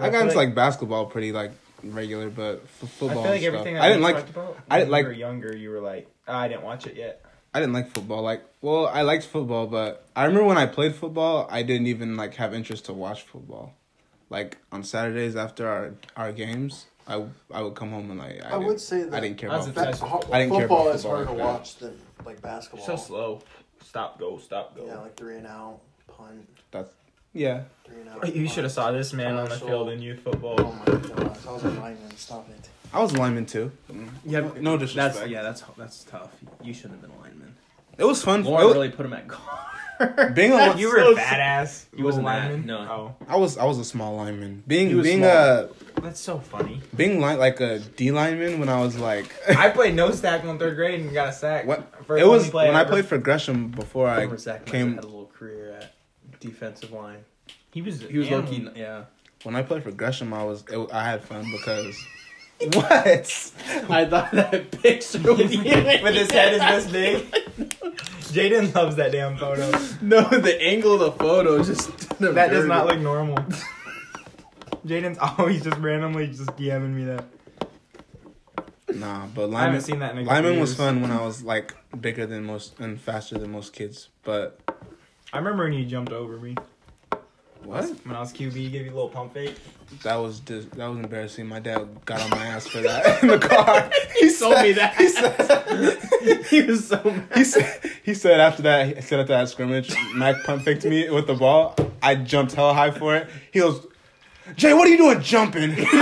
Speaker 4: I got into like basketball pretty like regular, but f- football.
Speaker 1: I feel like
Speaker 4: and stuff.
Speaker 1: everything. That
Speaker 4: I didn't
Speaker 1: we
Speaker 4: like.
Speaker 1: talked about,
Speaker 4: I
Speaker 1: when
Speaker 4: didn't like-
Speaker 1: You were younger. You were like, "Ah, I didn't watch it yet.
Speaker 4: I didn't like football. Like, well, I liked football, but I remember when I played football, I didn't even like have interest to watch football. Like on Saturdays after our our games, I I would come home and like I,
Speaker 7: I would
Speaker 4: didn't-
Speaker 7: say that
Speaker 4: I didn't care
Speaker 1: That's
Speaker 4: about
Speaker 1: a
Speaker 7: that
Speaker 1: That's-
Speaker 7: ho-
Speaker 4: I didn't care
Speaker 7: football
Speaker 4: about
Speaker 7: is
Speaker 4: football
Speaker 7: harder to
Speaker 4: like that.
Speaker 7: watch than like basketball.
Speaker 1: So slow. Stop. Go. Stop. Go.
Speaker 7: Yeah, like three and out, punt,
Speaker 4: that's yeah.
Speaker 7: three and out.
Speaker 1: You should have saw this man on the
Speaker 7: Commercial.
Speaker 1: field in youth
Speaker 7: Oh
Speaker 1: football.
Speaker 7: my gosh, I was a lineman. Stop it.
Speaker 4: I was a lineman too.
Speaker 3: Yeah,
Speaker 4: No disrespect.
Speaker 3: that's yeah, that's that's tough. You shouldn't have been a lineman.
Speaker 4: It was fun.
Speaker 3: Lauren
Speaker 4: It was-
Speaker 3: really put him at guard.
Speaker 4: being a li-
Speaker 1: You were a badass.
Speaker 3: He wasn't
Speaker 1: little
Speaker 3: that,
Speaker 1: lineman.
Speaker 3: no.
Speaker 4: I was I was a small lineman. Being
Speaker 3: You was
Speaker 4: being
Speaker 3: small.
Speaker 4: a
Speaker 1: Oh, that's so funny.
Speaker 4: being line, like a D lineman when I was like
Speaker 1: I played no tackle in third grade and got a sack.
Speaker 4: What-
Speaker 1: For
Speaker 4: it was
Speaker 1: only play
Speaker 4: when I
Speaker 1: ever.
Speaker 4: played for Gresham before
Speaker 3: I
Speaker 4: I
Speaker 3: remember Zach
Speaker 4: came
Speaker 3: came, had a little career at defensive line.
Speaker 1: He was
Speaker 3: He was
Speaker 1: yeah.
Speaker 3: low key. Yeah,
Speaker 4: When I played for Gresham, I was it, I had fun because what?
Speaker 3: I thought that picture was
Speaker 1: With his head is this big. Jaden loves that damn photo.
Speaker 3: No, the angle of the photo just
Speaker 1: That does not look normal. Jaden's always just randomly just DMing me that.
Speaker 4: Nah,
Speaker 1: I
Speaker 4: but
Speaker 1: haven't
Speaker 4: lineman
Speaker 1: seen that in a couple
Speaker 4: lineman was
Speaker 1: years.
Speaker 4: fun when I was like bigger than most and faster than most kids. But
Speaker 1: I remember when you jumped over me.
Speaker 4: what?
Speaker 1: When I was QB, you gave you a little pump fake.
Speaker 4: That was dis- that was embarrassing. My dad got on my ass for that in the car. he
Speaker 3: told me that.
Speaker 4: He said,
Speaker 3: he was so mad.
Speaker 4: he said he said after that he said after that scrimmage, Mac pump faked me with the ball. I jumped hell high for it. He goes, Jay, what are you doing jumping?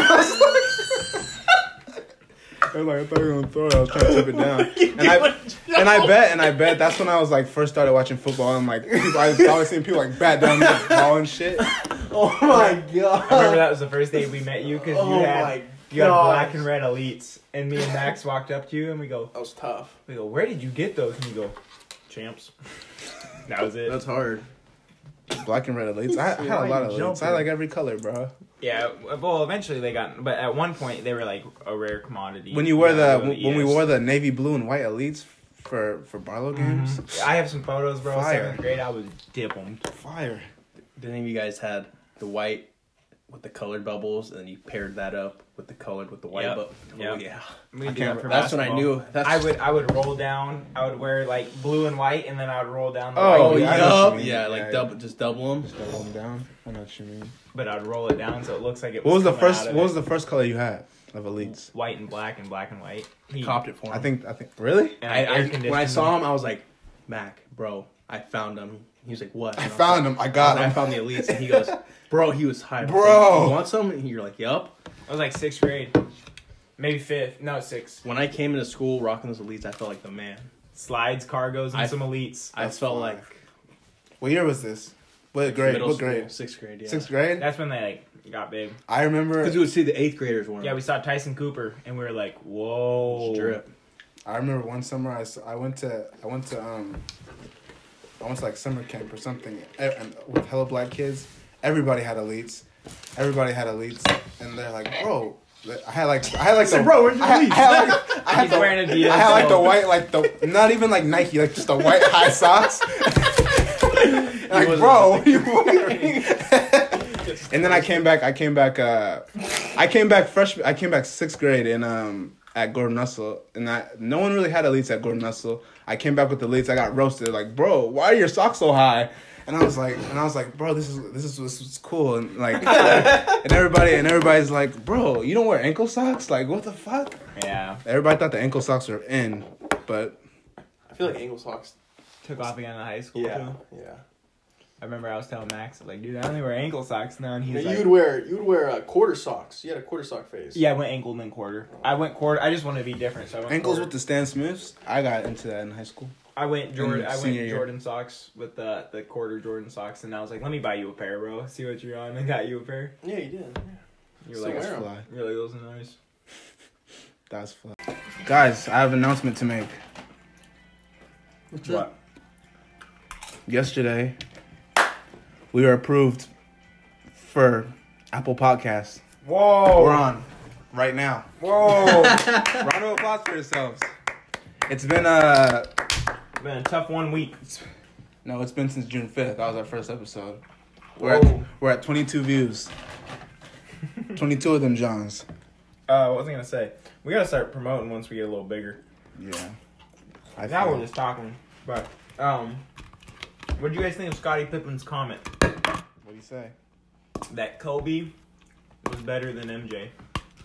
Speaker 4: I was like, I thought you were gonna throw it. I was trying to tip it down, and I and I bet and I bet that's when I was like first started watching football and like people, I was always seeing people like bat down the ball and shit.
Speaker 3: Oh my god!
Speaker 1: I remember that was the first day we met you because
Speaker 3: Oh
Speaker 1: you had
Speaker 3: my
Speaker 1: You had
Speaker 7: No,
Speaker 1: black
Speaker 7: I-
Speaker 1: and red elites, and me and Max walked up to you, and we go,
Speaker 7: That was tough.
Speaker 1: we go, where did you get those? And you go, champs. That was it.
Speaker 3: That's hard.
Speaker 4: Black and red elites. I, I had a lot of elites. I like every color, bro.
Speaker 1: Yeah. Well, eventually they got, but at one point they were like a rare commodity.
Speaker 4: When you wore
Speaker 1: Yeah,
Speaker 4: the when when we wore the navy blue and white elites for for Barlow games,
Speaker 1: Mm-hmm. I have some photos, bro.
Speaker 4: Fire.
Speaker 1: Seventh grade, I was dipping.
Speaker 4: fire.
Speaker 3: Did any of you guys had the white with the colored bubbles, and then you paired that up with the colored with the white?
Speaker 1: Yep.
Speaker 3: bubble? Oh,
Speaker 1: Yep.
Speaker 3: yeah.
Speaker 1: We
Speaker 4: I
Speaker 1: did that
Speaker 4: can't
Speaker 1: for
Speaker 4: re-
Speaker 3: That's when I
Speaker 1: basketball.
Speaker 3: knew. That's
Speaker 1: I would I would roll down. I would wear like blue and white, and then I would roll down the
Speaker 4: Oh,
Speaker 3: Oh,
Speaker 1: white,
Speaker 4: yeah, I know what you
Speaker 3: yup.
Speaker 4: mean.
Speaker 3: yeah, like
Speaker 4: Yeah,
Speaker 3: double, just double them.
Speaker 4: Double them down. I know what you mean.
Speaker 1: but I'd roll it down so it looks like it.
Speaker 4: What was the
Speaker 1: coming out
Speaker 4: first?
Speaker 1: of
Speaker 4: What was
Speaker 1: it.
Speaker 4: the first color you had of elites?
Speaker 1: white and black and black and white? He-
Speaker 3: Copped it for him.
Speaker 4: I think. I think. Really?
Speaker 1: And
Speaker 3: I, I,
Speaker 1: air-conditioned
Speaker 3: when I
Speaker 1: them.
Speaker 3: saw him, I was like, Mac, bro, I found him. He was like, what?
Speaker 4: I
Speaker 3: And was
Speaker 4: found
Speaker 3: like-
Speaker 4: him. I
Speaker 3: I, was
Speaker 4: got
Speaker 3: like, I
Speaker 4: him.
Speaker 3: found the elites, and he goes, bro, he was high.
Speaker 4: Bro.
Speaker 3: you want some? And you're like, yup.
Speaker 1: I was like sixth grade, maybe fifth. No, sixth.
Speaker 3: When I came into school rocking those elites, I felt like the man.
Speaker 1: Slides, cargos, and
Speaker 3: I-
Speaker 1: some elites.
Speaker 3: I
Speaker 4: That's
Speaker 3: felt
Speaker 4: fire.
Speaker 3: like
Speaker 4: What year was this? What grade?
Speaker 3: middle
Speaker 4: What
Speaker 3: school,
Speaker 4: grade?
Speaker 3: sixth grade. Yeah.
Speaker 4: Sixth grade.
Speaker 1: That's when they like got big.
Speaker 4: I remember.
Speaker 3: Because you would see the eighth graders wearing.
Speaker 1: Yeah, we saw Tyson Cooper, and we were like, "Whoa!"
Speaker 3: drip.
Speaker 4: I remember one summer I, s- I went to I went to um I went to like summer camp or something e- and with hella black kids. Everybody had elites. Everybody had elites, and they're like, bro. I had like I had like the bro, where's your I, I had like, I had
Speaker 1: He's
Speaker 4: the,
Speaker 1: wearing Adidas,
Speaker 4: I had like the
Speaker 1: so-
Speaker 4: white like the not even like Nike like just the white high socks. like
Speaker 3: wasn't-
Speaker 4: bro, what are you wearing? and then I came back. I came back. uh I came back freshman. I came back sixth grade in um at Gordon Russell, and I no one really had elites at Gordon Russell. I came back with elites. I got roasted. Like, bro, why are your socks so high? And I was like, and I was like, bro, this is this is this is cool, and like, and everybody and everybody's like, bro, you don't wear ankle socks? Like, what the fuck?
Speaker 1: Yeah,
Speaker 4: Everybody thought the ankle socks were in, but
Speaker 7: I feel like Angle Socks.
Speaker 1: took off again in high school.
Speaker 7: Yeah,
Speaker 1: Too.
Speaker 7: yeah.
Speaker 1: I remember I was telling Max, like, "Dude, I only wear ankle socks now," and he's
Speaker 7: you
Speaker 1: like,
Speaker 7: would wear you would wear uh, quarter socks. You had a quarter sock phase.
Speaker 1: "Yeah, I went ankle and then quarter. I went quarter. I just wanted to be different, so I went
Speaker 4: ankles
Speaker 1: quarter.
Speaker 4: with the Stan Smiths, I got into that in high school.
Speaker 1: I went Jordan.
Speaker 4: Mm,
Speaker 1: I
Speaker 4: senior
Speaker 1: went
Speaker 4: year.
Speaker 1: Jordan socks with the the quarter Jordan socks, and I was like, "Let me buy you a pair, bro. See what you're on." I got you a pair.
Speaker 7: yeah, you did.
Speaker 1: You're
Speaker 7: So
Speaker 1: like,
Speaker 4: That's
Speaker 7: wear 'em.
Speaker 4: fly.
Speaker 1: "You're like, those are nice."
Speaker 4: That's fly. Guys, I have an announcement to make.
Speaker 1: What?
Speaker 4: yesterday we were approved for Apple Podcasts.
Speaker 1: Whoa!
Speaker 4: We're on right now.
Speaker 1: Whoa!
Speaker 4: Round of applause for yourselves. It's been uh
Speaker 1: Been a tough one week.
Speaker 4: no, it's been since June fifth. That was our first episode. We're at, we're at twenty two views. twenty two of them Johns.
Speaker 1: Uh, what was I gonna say? We gotta start promoting once we get a little bigger.
Speaker 4: Yeah. I
Speaker 1: Now
Speaker 4: feel-
Speaker 1: we're just talking. But um, what do you guys think of Scottie Pippen's comment
Speaker 4: what do you say?
Speaker 1: that Kobe was better than MJ?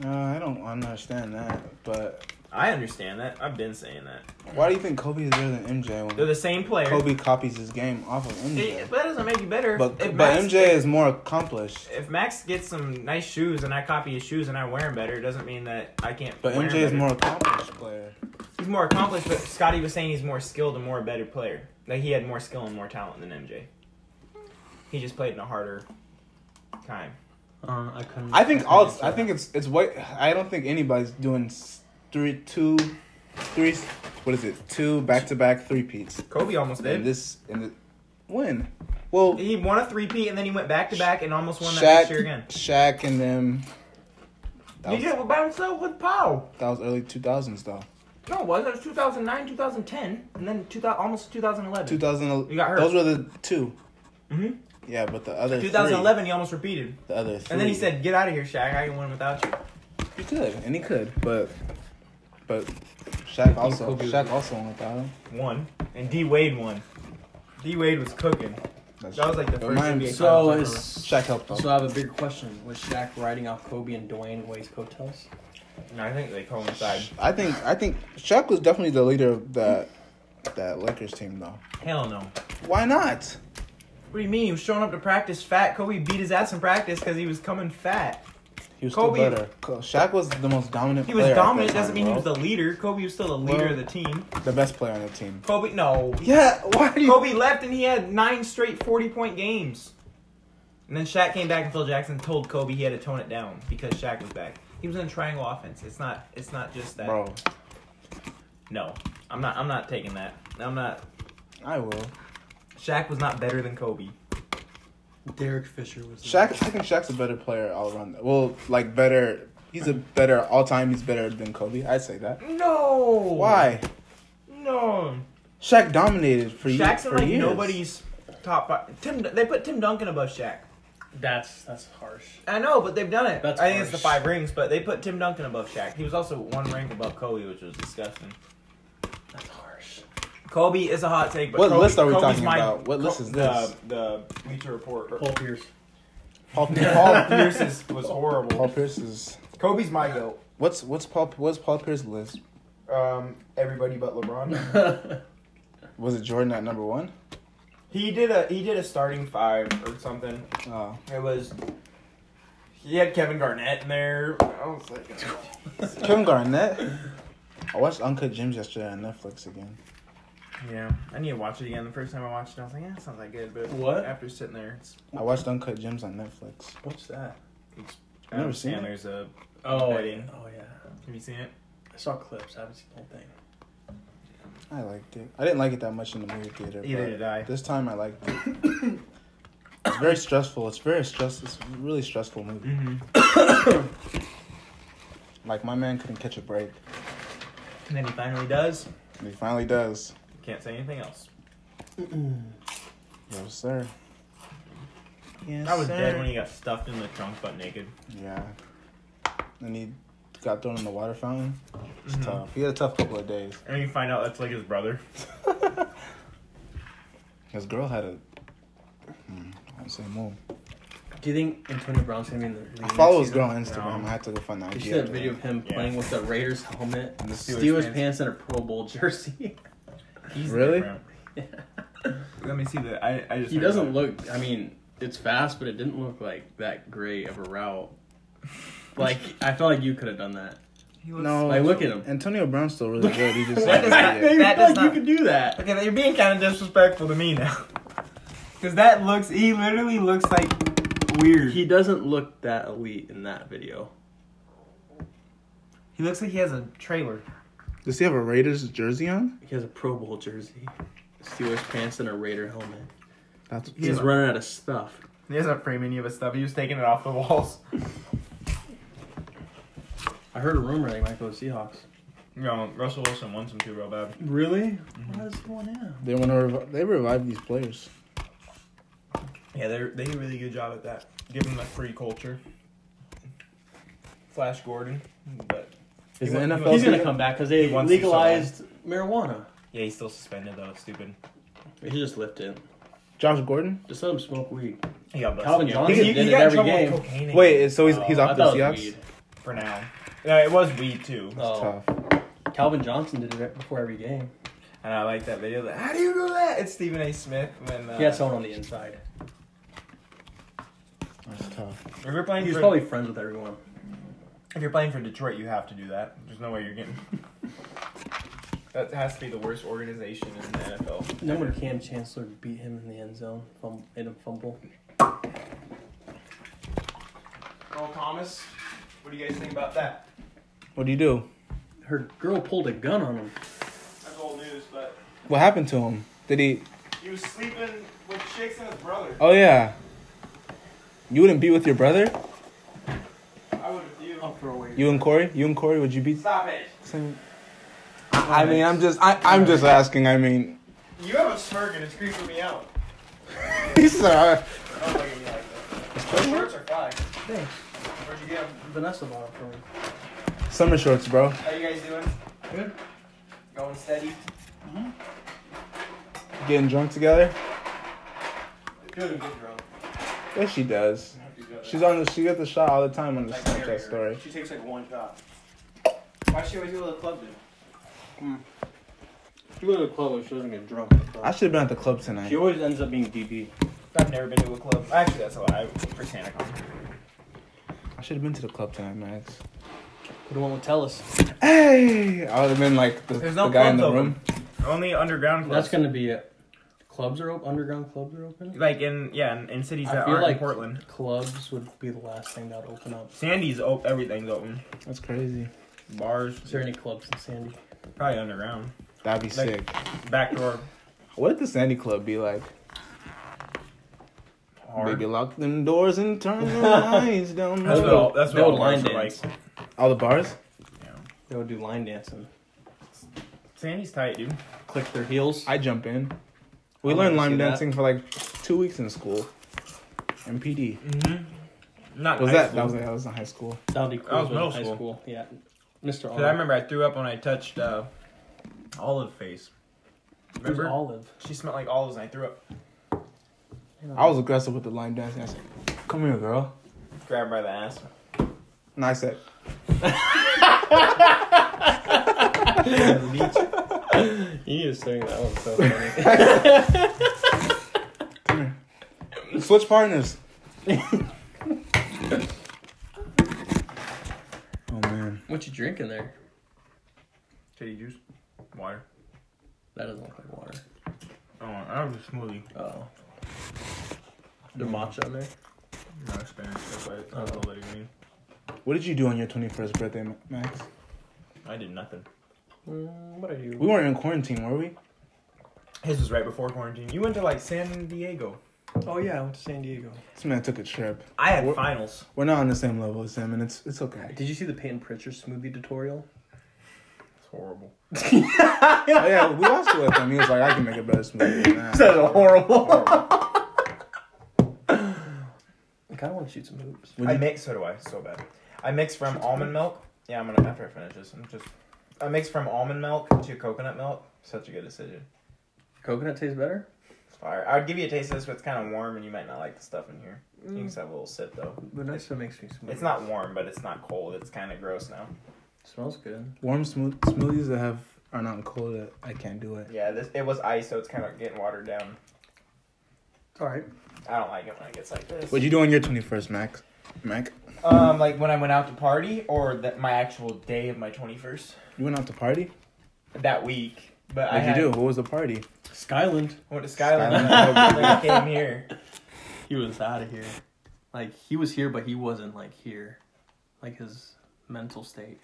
Speaker 4: Uh, I don't understand that, but
Speaker 1: I understand that. I've been saying that.
Speaker 4: why do you think Kobe is better than MJ when
Speaker 1: They're the same player.
Speaker 4: Kobe copies his game off of MJ?
Speaker 1: It- but that doesn't make you better.
Speaker 4: But
Speaker 1: If
Speaker 4: but
Speaker 1: Max-
Speaker 4: MJ is more accomplished.
Speaker 1: If Max gets some nice shoes and I copy his shoes and I wear them better, it doesn't mean that I can't.
Speaker 4: But
Speaker 1: wear 'em
Speaker 4: MJ is
Speaker 1: better.
Speaker 4: more accomplished player.
Speaker 1: He's more accomplished, but Scotty was saying he's more skilled and more a better player. Like he had more skill and more talent than MJ. He just played in a harder time.
Speaker 3: Uh, I couldn't.
Speaker 4: I think all.
Speaker 3: couldn't
Speaker 4: I think it's it's white. I don't think anybody's doing s- three, two, three. What is it? Two back to back three peats.
Speaker 1: Kobe almost did.
Speaker 4: And this and the when. Well,
Speaker 1: He won a three P and then he went back to back and almost won that
Speaker 4: Shaq,
Speaker 1: next year again.
Speaker 4: Shaq, and them. That
Speaker 1: He did
Speaker 4: was,
Speaker 1: it by himself with Powell.
Speaker 4: that was early two thousands though.
Speaker 1: No, it wasn't. It was 2009, 2010, and then 2000, almost 2011.
Speaker 4: Two thousand.
Speaker 1: You got hurt.
Speaker 4: Those were the 2
Speaker 1: Mhm.
Speaker 4: Yeah, but the other. three-
Speaker 1: 2011, he almost repeated.
Speaker 4: the other. Three,
Speaker 1: And then he said, "Get out of here, Shaq. I can win without you."
Speaker 4: he could, and he could, but, but. Shaq also.
Speaker 3: Kobe was-
Speaker 4: Shaq also went without him.
Speaker 1: One and D Wade won. D Wade was cooking.
Speaker 4: That's
Speaker 1: That was like the
Speaker 4: But
Speaker 1: first
Speaker 4: mine-
Speaker 1: NBA
Speaker 3: So
Speaker 1: finals ever.
Speaker 3: is
Speaker 4: Shaq helped though.
Speaker 3: so. I have a big question. Was Shaq riding off Kobe and Dwayne Wade's coattails?
Speaker 1: No, I think they coincide.
Speaker 4: I think I think Shaq was definitely the leader of that that Lakers team though.
Speaker 1: Hell no.
Speaker 4: Why not?
Speaker 1: What do you mean? He was showing up to practice fat. Kobe beat his ass in practice because he was coming fat.
Speaker 4: He was
Speaker 1: Kobe-
Speaker 4: still better. Co- Shaq was the most dominant.
Speaker 1: He was
Speaker 4: player at that
Speaker 1: dominant.
Speaker 4: time,
Speaker 1: Doesn't mean he was
Speaker 4: bro.
Speaker 1: the leader. Kobe was still the leader
Speaker 4: Well-
Speaker 1: of the team.
Speaker 4: the best player on the team.
Speaker 1: Kobe, no.
Speaker 4: Yeah, why do you?
Speaker 1: Kobe left and he had nine straight 40 point games. And then Shaq came back and Phil Jackson told Kobe he had to tone it down because Shaq was back. He was on triangle offense. It's not. It's not just that.
Speaker 4: bro.
Speaker 1: No, I'm not. I'm not taking that. I'm not.
Speaker 4: I will.
Speaker 1: Shaq was not better than Kobe.
Speaker 3: Derek Fisher was.
Speaker 4: Shaq, I think Shaq's a better player all around. Well, like better. He's a better all time. He's better than Kobe. I'd say that.
Speaker 1: No.
Speaker 4: Why?
Speaker 1: No.
Speaker 4: Shaq dominated for you.
Speaker 1: Shaq's in
Speaker 4: for
Speaker 1: like
Speaker 4: years.
Speaker 1: nobody's top five. Tim. They put Tim Duncan above Shaq.
Speaker 3: That's that's harsh.
Speaker 1: I know, but they've done it.
Speaker 3: That's
Speaker 1: I think it's the
Speaker 3: harsh.
Speaker 1: five rings, but they put Tim Duncan above Shaq. He was also one rank above Kobe, which was disgusting.
Speaker 3: That's harsh.
Speaker 1: Kobe is a hot take, but
Speaker 4: What
Speaker 1: Kobe-
Speaker 4: list are we
Speaker 1: Kobe's
Speaker 4: talking
Speaker 1: my-
Speaker 4: about? What list is this?
Speaker 1: The, the Bleacher Report.
Speaker 3: Paul Pierce.
Speaker 4: Paul,
Speaker 1: Paul
Speaker 4: Paul,
Speaker 1: Pierce is, was
Speaker 4: Paul
Speaker 1: horrible.
Speaker 4: Pierce is.
Speaker 2: Kobe's my goat.
Speaker 4: What's what's Paul what's Paul Pierce's list?
Speaker 2: Um, everybody but LeBron.
Speaker 4: Was it Jordan at number one?
Speaker 1: He did a he did a starting five or something.
Speaker 4: Oh,
Speaker 1: It was he had Kevin Garnett in there. I was like,
Speaker 4: Kevin Garnett. I watched Uncut Gems yesterday on Netflix again.
Speaker 1: yeah, I need to watch it again. The first time I watched it, I was like, yeah, sounds like good, but
Speaker 3: What?
Speaker 1: After sitting there, it's
Speaker 4: I watched Uncut Gems on Netflix.
Speaker 3: What's that?
Speaker 4: I've never seen it.
Speaker 1: Sandler's a.
Speaker 3: Oh, yeah.
Speaker 1: Betting.
Speaker 3: oh yeah.
Speaker 1: Have you seen it?
Speaker 3: I saw clips. I haven't seen the whole thing.
Speaker 4: I liked it. I didn't like it that much in the movie theater.
Speaker 1: Either
Speaker 4: but
Speaker 1: did I.
Speaker 4: This time I liked it. it's very stressful. It's very stress. It's a really stressful movie.
Speaker 1: Mm-hmm.
Speaker 4: Like my man couldn't catch a break.
Speaker 1: And then he finally does.
Speaker 4: And he finally does.
Speaker 1: Can't say anything else.
Speaker 4: Yes, sir. Yes,
Speaker 1: I was dead when he got stuffed in the trunk, but naked.
Speaker 4: Yeah. And he got thrown in the water fountain. It's
Speaker 1: Mhm.
Speaker 4: tough. He had a tough couple of days.
Speaker 1: And you find out that's like his brother.
Speaker 4: His girl had a. Hmm, I won't say more.
Speaker 3: Do you think Antonio Brown's gonna be in the league
Speaker 4: I
Speaker 3: next
Speaker 4: follow his
Speaker 3: season?
Speaker 4: girl on Instagram.
Speaker 1: No.
Speaker 4: I had to go find the
Speaker 3: You
Speaker 4: idea.
Speaker 3: see that video of him
Speaker 1: Yeah.
Speaker 3: playing with the Raiders helmet,
Speaker 4: The
Speaker 3: Steelers,
Speaker 4: Steelers
Speaker 3: pants.
Speaker 4: pants.
Speaker 3: and a Pro Bowl jersey.
Speaker 1: He's
Speaker 4: Really?
Speaker 1: different. Let me see the. I, I just.
Speaker 3: he doesn't look. I mean, it's fast, but it didn't look like that great of a route. Like I felt like you could have done that.
Speaker 4: No,
Speaker 3: Like, look at him.
Speaker 4: Antonio Brown's still really good. He just
Speaker 1: That does not-
Speaker 4: Yeah.
Speaker 3: Maybe
Speaker 1: that does
Speaker 3: felt like
Speaker 1: not-
Speaker 3: you could do that.
Speaker 1: Okay, you're being kind of disrespectful to me now. Because that looks. He literally looks like weird.
Speaker 3: He
Speaker 1: He,
Speaker 3: doesn't look that elite in that video.
Speaker 1: he looks like he has a trailer.
Speaker 4: Does he have a Raiders jersey on?
Speaker 3: He has a Pro Bowl jersey, Steelers pants, and a Raider helmet.
Speaker 4: That's
Speaker 1: He
Speaker 3: He's
Speaker 1: has a-
Speaker 3: running out of stuff.
Speaker 1: He doesn't frame any of his stuff. He was taking it off the walls.
Speaker 3: I heard a rumor they might go to Seahawks.
Speaker 1: No, Russell Wilson wants him to real bad.
Speaker 3: Really? What is going on?
Speaker 4: they want to rev- they revive these players.
Speaker 1: Yeah, they they do a really good job at that. Give him a free culture. Flash Gordon, but
Speaker 4: Is
Speaker 1: He
Speaker 4: the
Speaker 1: wa-
Speaker 4: NFL?
Speaker 3: He's gonna
Speaker 4: season-
Speaker 3: come back because they
Speaker 1: He wants to so
Speaker 3: legalized marijuana.
Speaker 1: yeah, he's still suspended though. Stupid.
Speaker 3: He should just lift it.
Speaker 4: Josh Gordon.
Speaker 3: Just let him smoke weed.
Speaker 1: He got busted.
Speaker 3: Calvin Johnson
Speaker 1: he, he
Speaker 3: did it
Speaker 1: got in
Speaker 3: every
Speaker 1: trouble with
Speaker 3: game.
Speaker 1: cocaine and-
Speaker 4: Wait, so he's he's
Speaker 3: Oh,
Speaker 4: off
Speaker 3: I
Speaker 4: the
Speaker 3: thought it was
Speaker 4: Seahawks.
Speaker 3: weed.
Speaker 1: for now. No, it was weed too,
Speaker 3: Oh,
Speaker 4: Tough.
Speaker 3: Calvin Johnson did it before every game.
Speaker 1: and I like that video. Like, How do you do that? It's Stephen A. Smith when uh,
Speaker 3: He had someone on the inside.
Speaker 4: That's tough.
Speaker 1: If you're playing
Speaker 3: He was
Speaker 1: for
Speaker 3: probably friends with everyone.
Speaker 1: if you're playing for Detroit, you have to do that. There's no way you're getting. that has to be the worst organization in the NFL.
Speaker 3: No when Cam Chancellor beat him in the end zone, fum- in a fumble.
Speaker 1: Earl Thomas, what do you guys think about that?
Speaker 4: What do you do?
Speaker 3: Her girl pulled a gun on him.
Speaker 1: That's old news, but
Speaker 4: What happened to him? Did he?
Speaker 1: he was sleeping with chicks and his brother.
Speaker 4: Oh yeah. You wouldn't be with your brother?
Speaker 1: I would have you.
Speaker 4: You and Corey? You and Corey? Would you be?
Speaker 1: Stop it.
Speaker 4: Same? I I mean, I'm just I I'm just asking. I mean,
Speaker 1: You have a smirk and it's creeping me out.
Speaker 4: he's uh,
Speaker 1: Don't look at me like that. Those shorts are fine.
Speaker 3: Thanks.
Speaker 1: Where'd you get them?
Speaker 3: Vanessa bought it for me.
Speaker 4: uh, summer shorts, bro.
Speaker 1: How you guys doing?
Speaker 3: Good.
Speaker 1: Going steady?
Speaker 4: Getting drunk together.
Speaker 1: Good, good, bro.
Speaker 4: Yes, she does. She's on the. She got the shot all the time on the Snapchat story.
Speaker 1: She takes like one shot. Why she always go to the club then?
Speaker 3: She goes to the club when she doesn't get drunk. at the club.
Speaker 4: I should have been at the club tonight.
Speaker 3: She always ends up being DB.
Speaker 1: I've never been to a club. Actually, that's a lie. For SantaCon.
Speaker 4: I should have been to the club tonight, Max.
Speaker 3: Could one tell us?
Speaker 4: Hey, I would have been like the,
Speaker 1: There's no
Speaker 4: the guy in
Speaker 1: clubs open.
Speaker 4: the room.
Speaker 1: Only underground
Speaker 3: That's
Speaker 1: clubs.
Speaker 3: gonna be it. clubs are open. Underground clubs are open.
Speaker 1: Like in yeah, in, in cities
Speaker 3: I
Speaker 1: that
Speaker 3: feel
Speaker 1: aren't
Speaker 3: like
Speaker 1: in Portland.
Speaker 3: clubs would be the last thing that would open up.
Speaker 1: Sandy's open. Everything's open.
Speaker 4: That's crazy.
Speaker 1: Bars,
Speaker 3: Is there any clubs in Sandy?
Speaker 1: probably underground.
Speaker 4: That'd be
Speaker 1: Like-
Speaker 4: sick.
Speaker 1: Back door.
Speaker 4: What would the Sandy Club be like?
Speaker 1: Hard.
Speaker 4: Maybe lock them doors and turn the lights down.
Speaker 1: That's
Speaker 3: They
Speaker 1: what all,
Speaker 3: would-
Speaker 1: that's
Speaker 3: they
Speaker 1: what all
Speaker 3: would line
Speaker 1: bars are like.
Speaker 3: dance.
Speaker 4: All the bars?
Speaker 3: They would do line dancing,
Speaker 1: Sandy's tight, dude.
Speaker 3: click their heels.
Speaker 4: I jump in. We
Speaker 3: I
Speaker 4: learned
Speaker 3: wanna
Speaker 4: line
Speaker 3: see that.
Speaker 4: dancing for like two weeks in school. In PD.
Speaker 1: Mm-hmm. Not
Speaker 4: Was
Speaker 1: high
Speaker 4: that?
Speaker 1: school.
Speaker 4: That was, that was in high school.
Speaker 3: That'd be
Speaker 1: That
Speaker 3: cool.
Speaker 1: was middle
Speaker 3: high
Speaker 1: school.
Speaker 3: school. Yeah, Mr.
Speaker 1: Cause
Speaker 3: Olive.
Speaker 1: I remember I threw up when I touched uh, olive face.
Speaker 3: It was
Speaker 1: Remember?
Speaker 3: Olive.
Speaker 1: she smelled like olives, and I threw up.
Speaker 4: I was aggressive with the line dancing. I said, "Come here, girl."
Speaker 1: Grabbed by the ass.
Speaker 4: And I said,
Speaker 3: You just saying that was so funny.
Speaker 4: "Switch partners." oh man,
Speaker 3: what you drinking there?
Speaker 1: Titty juice. Water.
Speaker 3: That doesn't look like water.
Speaker 1: Oh, that was a smoothie.
Speaker 3: Oh. The matcha in there.
Speaker 1: No, it's Spanish. That's why I was a little green.
Speaker 4: what did you do on your twenty-first birthday, Ma- Max?
Speaker 1: I did nothing.
Speaker 3: Mm, what are you?
Speaker 4: We weren't in quarantine, were we?
Speaker 1: His was right before quarantine. You went to like San Diego.
Speaker 3: Oh yeah, I went to San Diego.
Speaker 4: This man took a trip.
Speaker 1: I had
Speaker 4: We're-
Speaker 1: finals.
Speaker 4: We're not on the same level as him, and it's oh, it's okay.
Speaker 3: Did you see the Peyton Pritchard smoothie tutorial?
Speaker 1: It's horrible.
Speaker 4: Oh, yeah, we watched it with him. He was like, "I can make a better smoothie." Than that.
Speaker 3: That's horrible. I kind of want to shoot some hoops.
Speaker 4: When
Speaker 1: I
Speaker 4: you-
Speaker 1: mix. So do I. So bad. I mix from almond milk. Yeah, I'm gonna after I finish this. I'm just. I mix from almond milk to coconut milk. Such a good decision.
Speaker 3: Coconut tastes better.
Speaker 1: It's Fire. I'd give you a taste of this, but it's kind of warm, and you might not like the stuff in here. You
Speaker 3: Mm.
Speaker 1: can just have a little sip though.
Speaker 3: The next one makes me smooth.
Speaker 1: It's not warm, but it's not cold. It's kind of gross now.
Speaker 3: Smells good.
Speaker 4: warm smooth smoothies that have are not cold. uh, I can't do it.
Speaker 1: Yeah, this it was ice, so it's kind of getting watered down.
Speaker 3: All right.
Speaker 1: I don't like it when it gets like this.
Speaker 4: What'd you do on your twenty-first, Max? Mac,
Speaker 1: Um, like when I went out to party, or that my actual day of my twenty first
Speaker 4: you went out to party.
Speaker 1: that week. But I
Speaker 4: What'd
Speaker 1: had,
Speaker 4: you do? What was the party?
Speaker 3: Skyland.
Speaker 1: I went to Skyline.
Speaker 4: Skyline.
Speaker 1: and then I came here.
Speaker 3: He was out of here. Like he was here, but he wasn't like here. Like his mental state.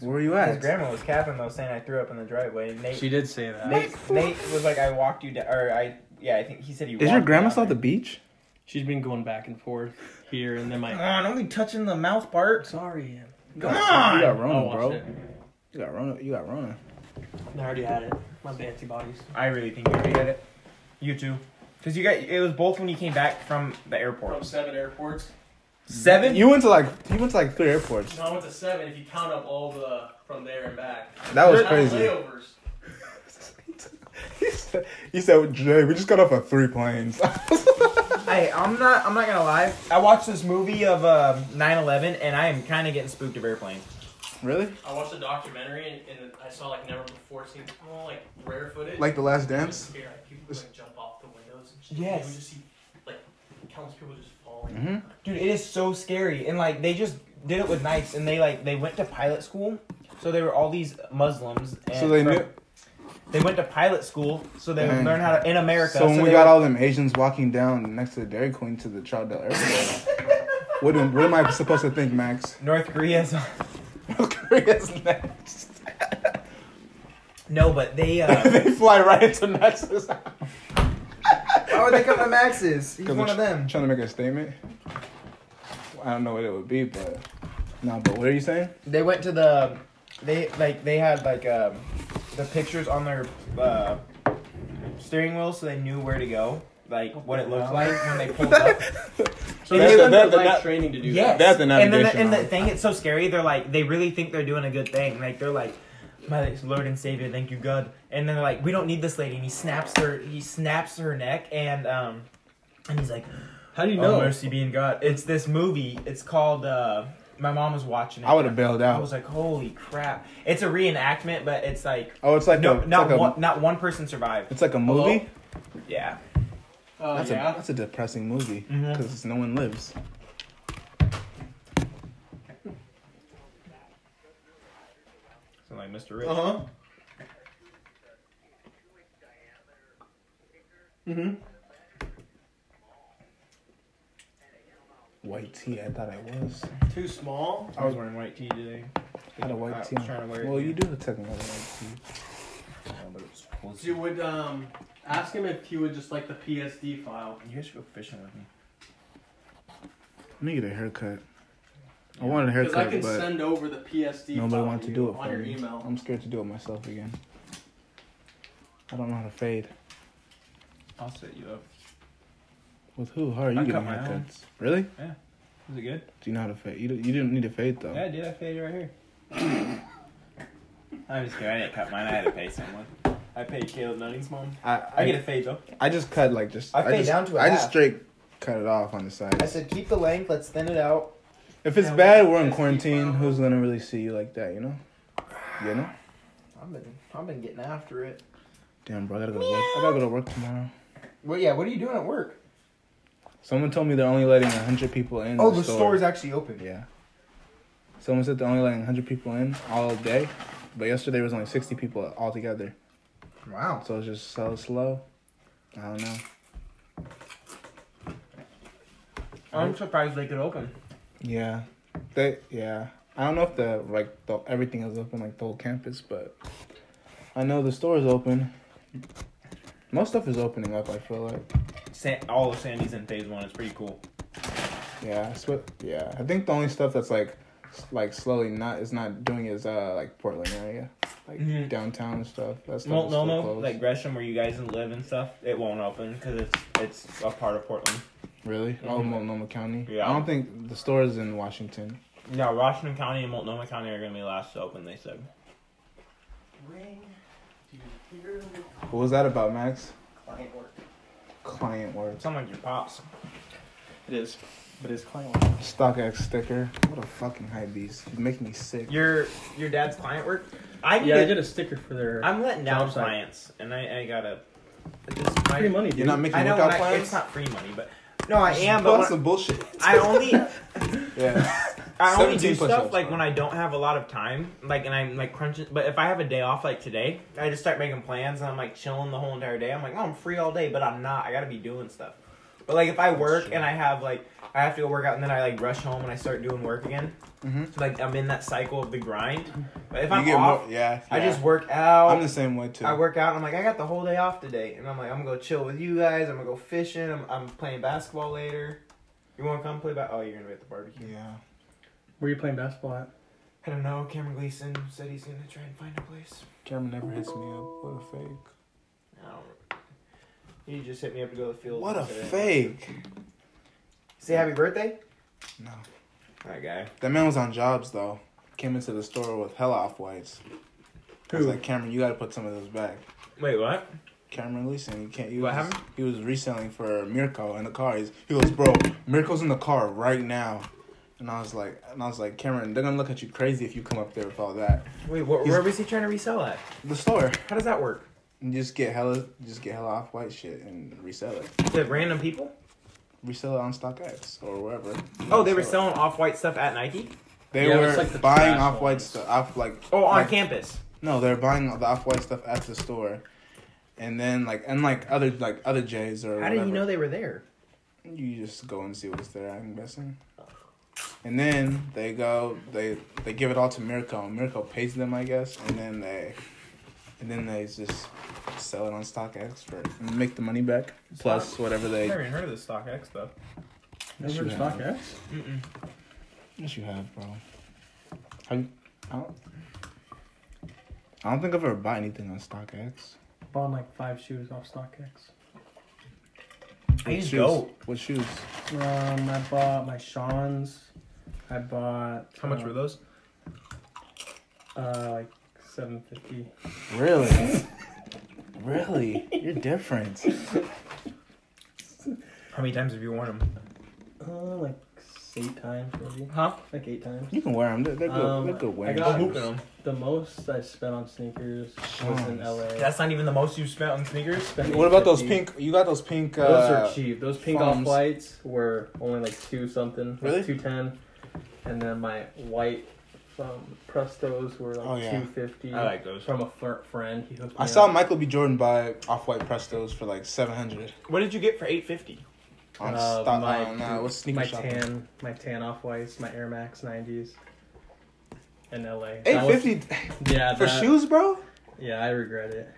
Speaker 4: Where were you
Speaker 1: His
Speaker 4: at?
Speaker 1: grandma was capping though, saying I threw up in the driveway. And Nate,
Speaker 3: She did say that.
Speaker 1: Nate, Nate was like, I walked you down, or I yeah, I think he said he.
Speaker 4: Is your
Speaker 1: walked
Speaker 4: grandma
Speaker 1: down
Speaker 4: still at the
Speaker 1: there.
Speaker 4: beach?
Speaker 3: She's been going back and forth here and then my.
Speaker 1: Come on, don't be touching the mouth part.
Speaker 3: Sorry. Ian.
Speaker 1: Come
Speaker 4: You
Speaker 1: on.
Speaker 4: got
Speaker 3: I'll
Speaker 4: Rona,
Speaker 3: wash
Speaker 4: bro.
Speaker 3: it.
Speaker 4: You got Rona. You got Rona.
Speaker 3: Oh, I already had it. My antibodies.
Speaker 1: I really think you already had it. You too. Cause you got it was both when you came back from the airport.
Speaker 3: seven airports.
Speaker 1: Seven.
Speaker 4: You went to like you went to like three airports.
Speaker 3: No, I went to seven. If you count up all the from there and back.
Speaker 4: That was crazy. He said, he said, Jay, we just got off of three planes.
Speaker 1: Hey, I'm not. I'm not gonna lie. I watched this movie of um 9/11, and I am kind of getting spooked of airplanes.
Speaker 4: really?
Speaker 3: I watched a documentary and, and I saw like never before seen well, like rare footage.
Speaker 4: Like the last
Speaker 3: It was
Speaker 4: dance?
Speaker 3: scary, like, people would like jump off the windows and shit.
Speaker 1: Yes.
Speaker 3: You would just see like countless people just falling.
Speaker 4: Mhm.
Speaker 1: Dude, it is so scary, and like they just did it with knives, and they like they went to pilot school, so they were all these Muslims. And
Speaker 4: So they
Speaker 1: from-
Speaker 4: knew.
Speaker 1: They went to pilot school, so they
Speaker 4: Dang.
Speaker 1: would learn how to in America.
Speaker 4: So when we
Speaker 1: they
Speaker 4: got
Speaker 1: would-
Speaker 4: all them Asians walking down next to the Dairy Queen to the Troutdale Airport, what, am, what am I supposed to think, Max?
Speaker 1: North Korea's.
Speaker 4: Korea's next.
Speaker 1: no, but they. Uh,
Speaker 4: they fly right into Max's.
Speaker 2: Why would they come to Max's? He's one of them.
Speaker 4: Trying to make a statement. I don't know what it would be, but no. But what are you saying?
Speaker 1: they went to the. They like they had like um, the pictures on their uh, steering wheel, so they knew where to go, like what it looked like when they pulled up.
Speaker 3: So
Speaker 4: That's
Speaker 3: they
Speaker 4: the-
Speaker 3: went
Speaker 4: that's
Speaker 3: through
Speaker 4: the
Speaker 3: life
Speaker 4: not-
Speaker 3: training to do
Speaker 1: Yes.
Speaker 4: That's the
Speaker 1: And then
Speaker 4: navigation
Speaker 1: the,
Speaker 4: on
Speaker 1: and
Speaker 4: it.
Speaker 1: the thing, it's so scary. They're like, they really think they're doing a good thing. Like they're like, my Lord and Savior, thank you God. And then they're like, we don't need this lady. And he snaps her, he snaps her neck, and um, and he's like,
Speaker 3: that. How do you
Speaker 1: oh mercy being God. It's this movie. It's called. uh My mom was watching it.
Speaker 4: I would have bailed
Speaker 1: I
Speaker 4: out.
Speaker 1: was like, holy crap! It's a reenactment, but it's like.
Speaker 4: oh, it's like
Speaker 1: No,
Speaker 4: a, it's
Speaker 1: not
Speaker 4: like a,
Speaker 1: one. Not one person survived.
Speaker 4: It's like a movie.
Speaker 3: Hello?
Speaker 1: Yeah.
Speaker 3: Oh
Speaker 4: That's a that's a depressing movie
Speaker 1: Mhm.
Speaker 4: because no one lives.
Speaker 1: So
Speaker 4: Uh-huh.
Speaker 3: Uh-huh.
Speaker 1: like Mr. Rich.
Speaker 2: Uh huh.
Speaker 7: Mm-hmm.
Speaker 4: White tee. I thought I was.
Speaker 7: Too small.
Speaker 1: I was wearing white tee today.
Speaker 4: I had a white
Speaker 1: I was
Speaker 4: tee. on.
Speaker 1: trying to wear it.
Speaker 4: well, you do technically have a white tee. Yeah, but it's cozy.
Speaker 3: You would um ask him if he would just like the PSD file.
Speaker 1: You guys should go fishing with me.
Speaker 4: Let me get a haircut. I wanted a
Speaker 3: Because I
Speaker 4: haircut,
Speaker 3: can
Speaker 4: but
Speaker 3: send over the PSD
Speaker 4: nobody
Speaker 3: file
Speaker 4: wanted to
Speaker 3: you
Speaker 4: do it
Speaker 3: on
Speaker 4: for
Speaker 3: your
Speaker 4: me.
Speaker 3: email.
Speaker 4: I'm scared to do it myself again. I don't know how to fade.
Speaker 1: I'll set you up.
Speaker 4: With who? How are you
Speaker 1: I cut
Speaker 4: getting
Speaker 1: my own.
Speaker 4: haircuts? Really?
Speaker 1: Is it good?
Speaker 4: Do you know how to fade? You, don't- you didn't need to fade though.
Speaker 1: Yeah, dude, I faded right here. I'm just kidding. I didn't cut mine. I had to pay someone. I paid Caleb Nunning's mom.
Speaker 4: I,
Speaker 1: I get a
Speaker 4: I,
Speaker 1: fade though.
Speaker 4: I just cut like just.
Speaker 2: I fade
Speaker 4: just,
Speaker 2: down to a
Speaker 4: I just
Speaker 2: half.
Speaker 4: straight cut it off on the
Speaker 2: I
Speaker 4: side.
Speaker 2: said keep the length. Let's thin it out.
Speaker 4: If it's
Speaker 1: Yeah,
Speaker 4: bad,
Speaker 1: we-
Speaker 4: we're in
Speaker 1: just keep
Speaker 4: quarantine.
Speaker 1: on.
Speaker 4: Who's gonna really see you like that? You know. You know.
Speaker 2: I've been I've been getting after it.
Speaker 4: Damn, bro, I gotta go to work. I gotta go to work tomorrow.
Speaker 2: Well, yeah. What are you doing at work?
Speaker 4: Someone told me they're only letting hundred people in.
Speaker 2: Oh, the store is actually open.
Speaker 4: Yeah. Someone said they're only letting 100 people in all day, but yesterday was only 60 people altogether.
Speaker 2: Wow.
Speaker 4: So it's just so slow. I don't know.
Speaker 1: I'm surprised they could open.
Speaker 4: Yeah. They yeah. I don't know if the like the everything is open like the whole campus, but I know the store is open. Most stuff is opening up. I feel like
Speaker 1: Sa- all of Sandy's in phase one. It's pretty cool.
Speaker 4: yeah. I sw- yeah. I think the only stuff that's like s- like slowly not is not doing is uh like Portland area, like
Speaker 1: Mhm.
Speaker 4: downtown and stuff. That's
Speaker 1: Mount Nomo, like Gresham, where you guys live and stuff, it won't open because it's it's a part of Portland.
Speaker 4: Really? Oh,
Speaker 1: Mhm.
Speaker 4: Multnomah County.
Speaker 1: Yeah.
Speaker 4: I don't think the store is in Washington.
Speaker 1: Yeah, Washington County and Multnomah County are gonna be last to open. They said.
Speaker 4: What was that about, Max?
Speaker 2: Client work.
Speaker 4: Client work.
Speaker 1: Sound like your pops.
Speaker 3: It is. But his client
Speaker 4: StockX sticker. What a fucking hype beast. You're making me sick.
Speaker 1: Your your dad's client work. I
Speaker 3: Yeah, I
Speaker 1: did.
Speaker 3: did a sticker for their
Speaker 1: I'm letting down
Speaker 3: Job site.
Speaker 1: clients, and I I gotta. This, my,
Speaker 3: free money, dude.
Speaker 4: You're not making
Speaker 1: I know
Speaker 4: workout
Speaker 1: when I, it's
Speaker 4: plans?
Speaker 1: not free money, but no, I am. But
Speaker 4: Plus
Speaker 1: when-
Speaker 4: some bullshit.
Speaker 1: I only
Speaker 4: Yeah.
Speaker 1: I only
Speaker 4: 17
Speaker 1: do stuff
Speaker 4: push-ups,
Speaker 1: like
Speaker 4: bro.
Speaker 1: when I don't have a lot of time, like and I'm like crunching. But if I have a day off like today, I just start making plans and I'm like chilling the whole entire day. I'm like, oh, I'm free all day, but I'm not. I gotta be doing stuff. But like if I work and I have like I have to go work out and then I like rush home and I start doing work again.
Speaker 4: Mhm.
Speaker 1: So like I'm in that cycle of the grind. But if
Speaker 4: You
Speaker 1: I'm
Speaker 4: get
Speaker 1: off,
Speaker 4: more, yeah,
Speaker 1: I
Speaker 4: yeah.
Speaker 1: just work out.
Speaker 4: I'm the same way too.
Speaker 1: I work out. And I'm like, I got the whole day off today, and I'm like, I'm gonna go chill with you guys. I'm gonna go fishing. I'm, I'm playing basketball later. You want to come play? Ba- oh, you're gonna be at the barbecue.
Speaker 4: Yeah.
Speaker 3: Where you playing basketball at?
Speaker 1: I don't know. Cameron Gleason said he's gonna try and find a place.
Speaker 4: Jeremy never hits me up. What a fake.
Speaker 1: I don't. He just hit me up to go to the field.
Speaker 4: What a
Speaker 1: today.
Speaker 4: fake.
Speaker 1: Say happy birthday.
Speaker 4: No.
Speaker 1: That guy.
Speaker 4: That man was on jobs though. Came into the store with hella off whites. I was
Speaker 3: Who?
Speaker 4: like, Cameron, you gotta put some of those back.
Speaker 1: Wait, what?
Speaker 4: Cameron Leeson. He can't. He
Speaker 1: What
Speaker 4: was,
Speaker 1: happened?
Speaker 4: He was reselling for Mirko in the car. He's, he goes, bro, Mirko's in the car right now. And I was like, and I was like, Cameron, they're gonna look at you crazy if you come up there with all that.
Speaker 1: Wait, what,
Speaker 4: He's-
Speaker 1: where was he trying to resell at?
Speaker 4: The store.
Speaker 1: How does that work?
Speaker 4: And just get hella, just get hella off white shit and resell it.
Speaker 1: To random people?
Speaker 4: Resell it on StockX or wherever.
Speaker 1: Oh, they were selling off-white stuff at Nike.
Speaker 4: They
Speaker 3: Yeah, it
Speaker 4: were
Speaker 3: was like the
Speaker 4: buying
Speaker 3: trash
Speaker 4: off white
Speaker 3: ones.
Speaker 4: stuff off like.
Speaker 1: Oh, on
Speaker 4: like-
Speaker 1: campus.
Speaker 4: No, they're buying the off white stuff at the store, and then like and like other like other J's or.
Speaker 1: How did
Speaker 4: whatever.
Speaker 1: he know they were there?
Speaker 4: You just go and see what's there. I'm guessing. And then they go, they they give it all to Mirko. and Mirko pays them, I guess, and then they, and then they just sell it on StockX for and make the money back plus whatever they.
Speaker 1: Never even heard of this StockX though.
Speaker 4: Yes, you
Speaker 3: Never
Speaker 4: have.
Speaker 3: stock X?
Speaker 1: Mm-mm.
Speaker 4: What you have, bro? Have you, I don't. I don't think I've ever bought anything on StockX.
Speaker 3: Bought like five shoes off StockX.
Speaker 1: I
Speaker 4: What
Speaker 1: use
Speaker 4: shoes?
Speaker 1: Go.
Speaker 4: What shoes?
Speaker 3: Um, I bought my Sean's. I bought.
Speaker 1: How much were those?
Speaker 3: Uh, like seven fifty.
Speaker 4: Really? really? You're different.
Speaker 1: How many times have you worn them?
Speaker 3: Uh, like eight times maybe.
Speaker 1: Huh?
Speaker 3: Like eight times.
Speaker 4: You can wear them. They're, they're good.
Speaker 3: Um,
Speaker 4: they're good
Speaker 3: I
Speaker 4: wearing.
Speaker 3: got-
Speaker 4: shoes.
Speaker 1: Hooping them.
Speaker 3: The most I spent on sneakers was in
Speaker 4: Sean's.
Speaker 3: LA.
Speaker 1: That's not even the most you've spent on sneakers.
Speaker 3: Spent
Speaker 4: What about those
Speaker 3: 850.
Speaker 4: pink? You got those pink. Uh,
Speaker 3: Those are cheap. Those pink
Speaker 4: foams.
Speaker 3: off whites were only like two something,
Speaker 4: Really?
Speaker 3: like two ten, and then my white um, Prestos were like
Speaker 4: Oh, yeah.
Speaker 3: 250
Speaker 1: I like those.
Speaker 3: From a fr- friend. He hooked
Speaker 4: I
Speaker 3: me
Speaker 4: saw
Speaker 3: up.
Speaker 4: Michael B. Jordan buy off white Prestos for like seven hundred
Speaker 1: What did you get for eight fifty?
Speaker 4: on
Speaker 3: Uh,
Speaker 4: stock. on, uh, what's sneaker
Speaker 3: my
Speaker 4: shopping?
Speaker 3: tan, my tan off whites, my Air Max 90s in LA. That
Speaker 4: Eight
Speaker 3: was-
Speaker 4: fifty
Speaker 3: Yeah,
Speaker 4: for
Speaker 3: that-
Speaker 4: shoes, bro.
Speaker 3: Yeah, I regret it.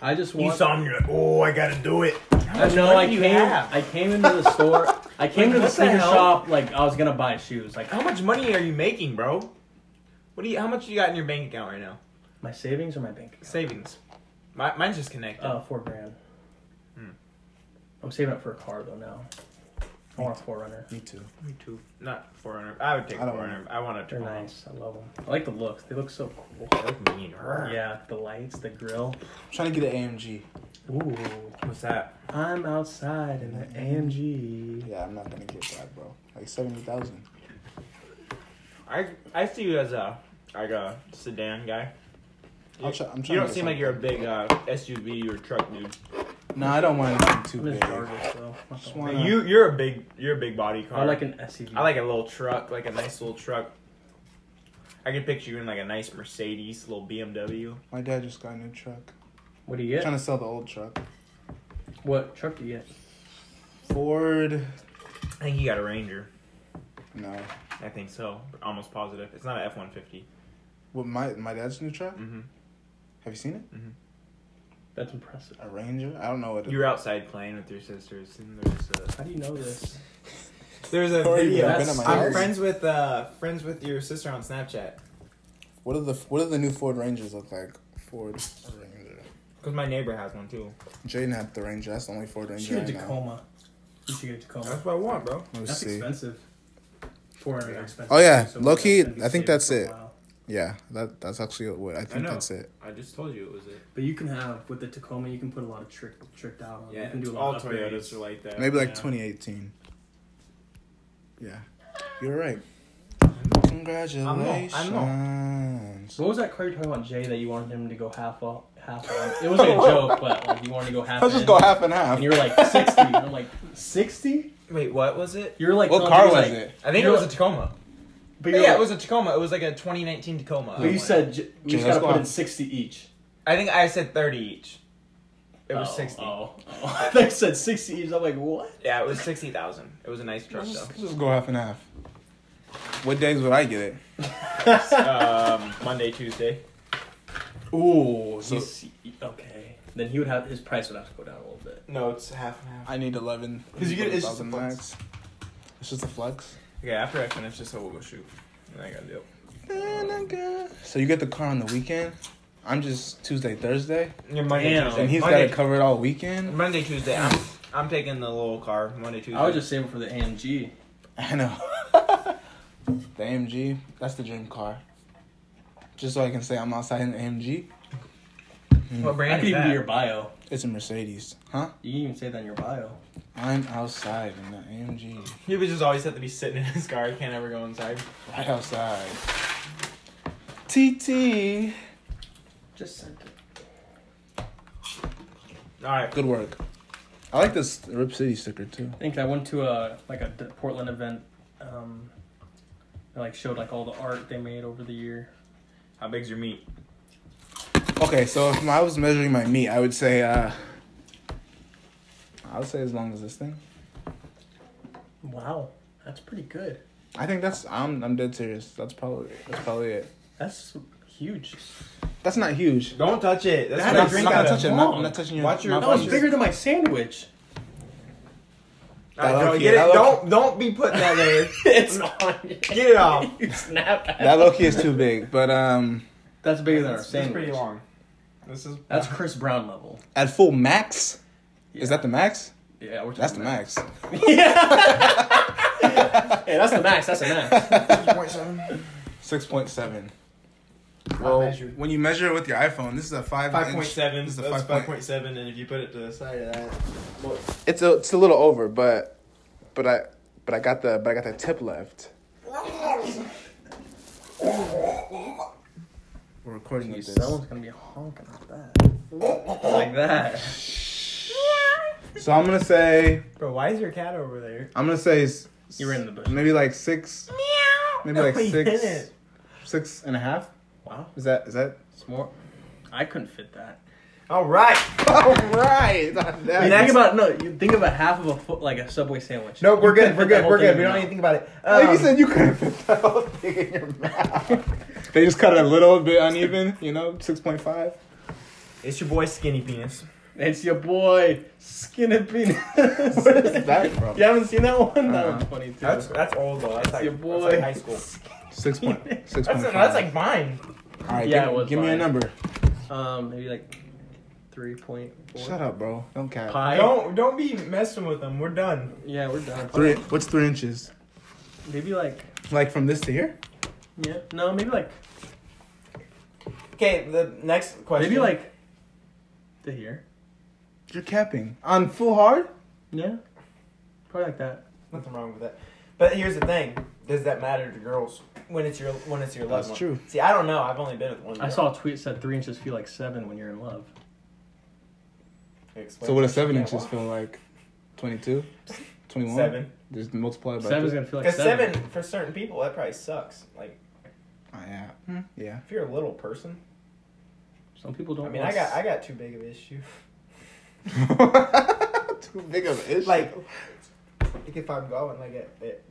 Speaker 3: I just want.
Speaker 1: You saw him. You're like, oh, I gotta do it.
Speaker 3: I know.
Speaker 1: What
Speaker 3: I
Speaker 1: do you
Speaker 3: came.
Speaker 1: have?
Speaker 3: I came into the store. I came
Speaker 1: Like,
Speaker 3: to
Speaker 1: what
Speaker 3: the
Speaker 1: the
Speaker 3: sneaker
Speaker 1: hell?
Speaker 3: shop like I was gonna buy shoes. Like
Speaker 1: How much money are you making, bro? What do you? How much you got in your bank account right now?
Speaker 3: my savings or my bank. account?
Speaker 1: Savings. My, mine's just connected.
Speaker 3: Uh, four grand.
Speaker 1: Hmm.
Speaker 3: I'm saving up for a car though now. I want a Forerunner.
Speaker 4: Me too.
Speaker 1: Me too. Not four hundred. I would take
Speaker 4: I don't
Speaker 1: four hundred. I want a
Speaker 3: They're
Speaker 1: Tacoma.
Speaker 3: nice. I love them. I like the looks. They look so cool.
Speaker 1: They look mean.
Speaker 3: Yeah, the lights, the grill.
Speaker 4: I'm trying to get an AMG.
Speaker 3: Ooh,
Speaker 1: What's that?
Speaker 3: I'm outside in the AMG.
Speaker 4: Yeah, I'm not gonna get that, bro. Like seventy thousand.
Speaker 1: I I see you as a like a sedan guy.
Speaker 4: I'll try-
Speaker 1: you
Speaker 4: I'm trying to
Speaker 1: don't
Speaker 4: get
Speaker 1: seem like you're a big uh, SUV or truck dude.
Speaker 4: Uh-huh. No, I don't want anything too
Speaker 3: I'm just
Speaker 4: big.
Speaker 3: Jarvis though. Not
Speaker 4: Just
Speaker 3: the
Speaker 4: wanna-
Speaker 3: one.
Speaker 4: Yeah.
Speaker 1: You you're a big you're a big body car.
Speaker 3: I like an E SUV.
Speaker 1: I like a little truck, like a nice little truck. I can picture you in like a nice Mercedes, little BMW.
Speaker 4: My dad just got a new truck.
Speaker 3: What do you get?
Speaker 4: Trying to sell the old truck.
Speaker 3: What truck do you get?
Speaker 4: Ford.
Speaker 1: I think you got a Ranger.
Speaker 4: No.
Speaker 1: I think so. Almost positive. It's not an F one fifty.
Speaker 4: What my my dad's new truck?
Speaker 1: Mhm.
Speaker 4: Have you seen it?
Speaker 3: That's impressive.
Speaker 4: A Ranger? I don't know what. It,
Speaker 1: You were outside playing with your sisters, and there's a
Speaker 3: How do you know this?
Speaker 1: there's a
Speaker 4: Corey,
Speaker 1: video.
Speaker 4: you've been at my
Speaker 1: I'm
Speaker 4: house.
Speaker 1: friends with uh friends with your sister on Snapchat.
Speaker 4: what are the What do the new Ford Rangers look like? Ford Ranger.
Speaker 1: Cause my neighbor has one too.
Speaker 4: Jaden had the Ranger. That's the only Ford
Speaker 3: You
Speaker 4: Ranger.
Speaker 3: should
Speaker 4: I
Speaker 3: get a
Speaker 4: know.
Speaker 3: Tacoma. You should get a Tacoma.
Speaker 1: That's what I want, bro.
Speaker 4: Let me
Speaker 3: That's
Speaker 4: see.
Speaker 3: expensive. Four hundred expensive.
Speaker 4: Oh, yeah.
Speaker 3: we're
Speaker 4: Low-key,
Speaker 3: gonna be
Speaker 4: I think
Speaker 3: saving
Speaker 4: that's
Speaker 3: for a
Speaker 4: it.
Speaker 3: while.
Speaker 4: Yeah, that that's actually what I think
Speaker 1: know.
Speaker 4: that's it.
Speaker 1: I just told you it was it.
Speaker 3: But you can have with the Tacoma, you can put a lot of trick tricked out. On. it. you
Speaker 1: Yeah,
Speaker 3: can do a
Speaker 1: all
Speaker 3: lot of
Speaker 1: Toyotas are
Speaker 3: upgrades.
Speaker 1: like that.
Speaker 4: Maybe like
Speaker 3: Yeah.
Speaker 4: 2018. Yeah, you're right.
Speaker 1: I'm
Speaker 4: Congratulations.
Speaker 1: not- I'm
Speaker 3: What was that car you were talking about, Jay? That you wanted him to go half up, half on. It was like a joke, but like you wanted to go half.
Speaker 4: Let's just
Speaker 3: in,
Speaker 4: go half and half.
Speaker 3: And you were like sixty. and I'm like sixty.
Speaker 1: Wait, what was it?
Speaker 3: You were like,
Speaker 4: What
Speaker 3: telling me,
Speaker 4: car was
Speaker 3: like-
Speaker 4: it?
Speaker 1: I think
Speaker 3: You're-
Speaker 1: it was a Tacoma.
Speaker 3: But
Speaker 1: Yeah,
Speaker 3: you're
Speaker 1: it
Speaker 3: like-
Speaker 1: was a Tacoma. It was like a 2019 Tacoma.
Speaker 3: But you said j- we
Speaker 4: Jay,
Speaker 3: just
Speaker 4: let's
Speaker 3: gotta
Speaker 4: go
Speaker 3: put
Speaker 4: on.
Speaker 3: in sixty each.
Speaker 1: I think I said 30 each. It was
Speaker 3: Oh,
Speaker 1: 60.
Speaker 3: Oh, oh. they said sixty each. I'm like, what?
Speaker 1: Yeah, it was 60,000. It was a nice truck
Speaker 4: Let's just,
Speaker 1: though.
Speaker 4: let's just go half and half. What days would I get it?
Speaker 1: um, Monday, Tuesday.
Speaker 3: Ooh,
Speaker 4: So-
Speaker 3: he's e, okay. Then he would have his price would have to go down a little bit.
Speaker 1: No, it's half and half.
Speaker 4: I need eleven.
Speaker 1: 'Cause you get- it's just a
Speaker 4: 11,000
Speaker 1: flex.
Speaker 4: max. It's just a flex.
Speaker 1: Okay, after I finish this, I will go shoot. And I gotta do.
Speaker 4: So you get the car on the weekend. I'm just Tuesday, Thursday,
Speaker 1: Your Monday,
Speaker 3: Damn.
Speaker 1: Tuesday.
Speaker 4: and he's got
Speaker 1: Monday,
Speaker 4: it covered all weekend.
Speaker 1: Monday, Tuesday. I'm I'm taking the little car Monday, Tuesday.
Speaker 3: I was just saving for the AMG.
Speaker 4: I know. the AMG. That's the dream car. Just so I can say I'm outside in the AMG.
Speaker 1: What
Speaker 3: That
Speaker 1: brand
Speaker 3: could
Speaker 1: is
Speaker 3: even
Speaker 1: that?
Speaker 3: be your bio.
Speaker 4: It's a Mercedes, huh?
Speaker 3: You can even say that in your bio.
Speaker 4: I'm outside in the AMG,
Speaker 1: He would just always have to be sitting in his car. He can't ever go inside.
Speaker 4: right outside. TT.
Speaker 3: Just sent it.
Speaker 1: All right.
Speaker 4: Good work. I like this Rip City sticker too.
Speaker 3: I think I went to a like a D- Portland event. Um, that, like showed like all the art they made over the year.
Speaker 1: How big's your meat?
Speaker 4: Okay, so if I was measuring my meat, I would say uh I would say as long as this thing.
Speaker 3: Wow, that's pretty good.
Speaker 4: I think that's I'm I'm dead serious. That's probably that's probably it.
Speaker 3: That's huge.
Speaker 4: That's not huge.
Speaker 1: Don't touch it. That's
Speaker 3: That
Speaker 1: what I
Speaker 3: is
Speaker 1: drink
Speaker 4: I'm
Speaker 1: out
Speaker 4: not
Speaker 1: of.
Speaker 4: touching. I'm not, I'm not touching your.
Speaker 1: Watch your-
Speaker 4: my
Speaker 1: That
Speaker 3: That was
Speaker 4: watch.
Speaker 3: bigger than my sandwich.
Speaker 1: All right,
Speaker 4: That
Speaker 1: don't
Speaker 4: low-key,
Speaker 1: get
Speaker 4: that
Speaker 1: it.
Speaker 4: low-key.
Speaker 1: Don't don't be putting that there.
Speaker 3: it's on. Get
Speaker 1: it off.
Speaker 3: you snap. at
Speaker 4: That
Speaker 3: it.
Speaker 4: low key is too big, but um,
Speaker 3: That's bigger than our
Speaker 1: That's
Speaker 3: sandwich.
Speaker 1: pretty long. This is
Speaker 3: That's Chris Brown level.
Speaker 4: at full max,
Speaker 3: Yeah.
Speaker 4: is that the max?
Speaker 3: Yeah, we're
Speaker 4: That's the
Speaker 3: talking
Speaker 4: max.
Speaker 3: Hey, that's the max. That's the max.
Speaker 4: Six point seven. Well,
Speaker 2: measured.
Speaker 4: when you measure it with your iPhone, this is a five.
Speaker 1: five point seven.
Speaker 4: This is
Speaker 1: That's
Speaker 4: a
Speaker 1: five
Speaker 4: five
Speaker 1: point seven, and if you put it to the side,
Speaker 2: Sorry to that.
Speaker 4: It's a it's a little over, but but I but I got the but I got the tip left. We're recording with this.
Speaker 3: Someone's gonna be honking like that. Like that.
Speaker 4: So I'm gonna say
Speaker 1: bro, why is your cat over there?
Speaker 4: I'm gonna say s-
Speaker 3: You were in the bush.
Speaker 4: Maybe like six. Maybe like
Speaker 1: No, he
Speaker 4: six.
Speaker 1: didn't.
Speaker 4: Six and a half?
Speaker 3: Wow.
Speaker 4: Is that is that?
Speaker 3: It's more. I couldn't fit that.
Speaker 1: All right.
Speaker 4: All right.
Speaker 3: Wait,
Speaker 1: Next-
Speaker 3: think about no. You think about half of a foot like a Subway sandwich.
Speaker 1: Nope, we're
Speaker 3: You couldn't
Speaker 1: good. We're
Speaker 3: fit that
Speaker 1: good.
Speaker 3: whole
Speaker 1: We're
Speaker 3: thing
Speaker 1: good.
Speaker 3: in
Speaker 1: We
Speaker 3: your
Speaker 1: don't need to
Speaker 3: mouth.
Speaker 1: think about it.
Speaker 4: Like you
Speaker 1: Um,
Speaker 4: said, you couldn't fit that whole thing in your mouth. they just cut it a little bit uneven, you know, six point five.
Speaker 1: it's your boy Skinny Penis.
Speaker 3: It's your boy, Skinny Penis.
Speaker 4: Where is that from?
Speaker 3: You haven't seen that one? That
Speaker 4: Uh-uh.
Speaker 3: one's funny too.
Speaker 1: That's that's old though. That's like,
Speaker 3: your
Speaker 1: that's
Speaker 3: boy.
Speaker 1: like high school.
Speaker 4: Six point six
Speaker 1: That's,
Speaker 4: point five.
Speaker 1: that's like mine.
Speaker 4: All right,
Speaker 3: Yeah,
Speaker 4: give,
Speaker 3: it was
Speaker 4: give me a
Speaker 3: mine.
Speaker 4: number.
Speaker 3: um maybe like three point four.
Speaker 4: Shut up, bro. Don't cap.
Speaker 3: Pi.
Speaker 1: Don't don't be messing with them. We're done.
Speaker 3: Yeah, we're done.
Speaker 4: Three. What's three inches?
Speaker 3: Maybe like
Speaker 4: Like from this to here?
Speaker 3: yeah. No, maybe like
Speaker 1: Okay, the next question.
Speaker 3: maybe like to here.
Speaker 4: You're capping on full hard.
Speaker 3: Yeah, probably like that.
Speaker 1: nothing wrong with that. But here's the thing: Does that matter to girls when it's your when it's your loved
Speaker 4: That's
Speaker 1: one?
Speaker 4: true.
Speaker 1: See, I don't know. I've only been with one. Girl.
Speaker 3: I saw a tweet said three inches feel like seven when you're in love.
Speaker 1: Explain
Speaker 4: So what
Speaker 1: that
Speaker 4: does seven
Speaker 1: shit.
Speaker 4: inches feel like? 22? 21?
Speaker 1: Seven.
Speaker 4: Just multiply by
Speaker 3: Seven's
Speaker 4: two.
Speaker 3: gonna feel like
Speaker 1: Because
Speaker 3: seven.
Speaker 1: seven for certain people that probably sucks. Like
Speaker 4: Oh, yeah. Yeah.
Speaker 1: if you're a little person,
Speaker 3: Some people don't.
Speaker 1: I mean, I
Speaker 3: want
Speaker 1: got I got too big of an issue.
Speaker 4: Hmm? Too big of an issue.
Speaker 1: Like, like if I'm going, like it, it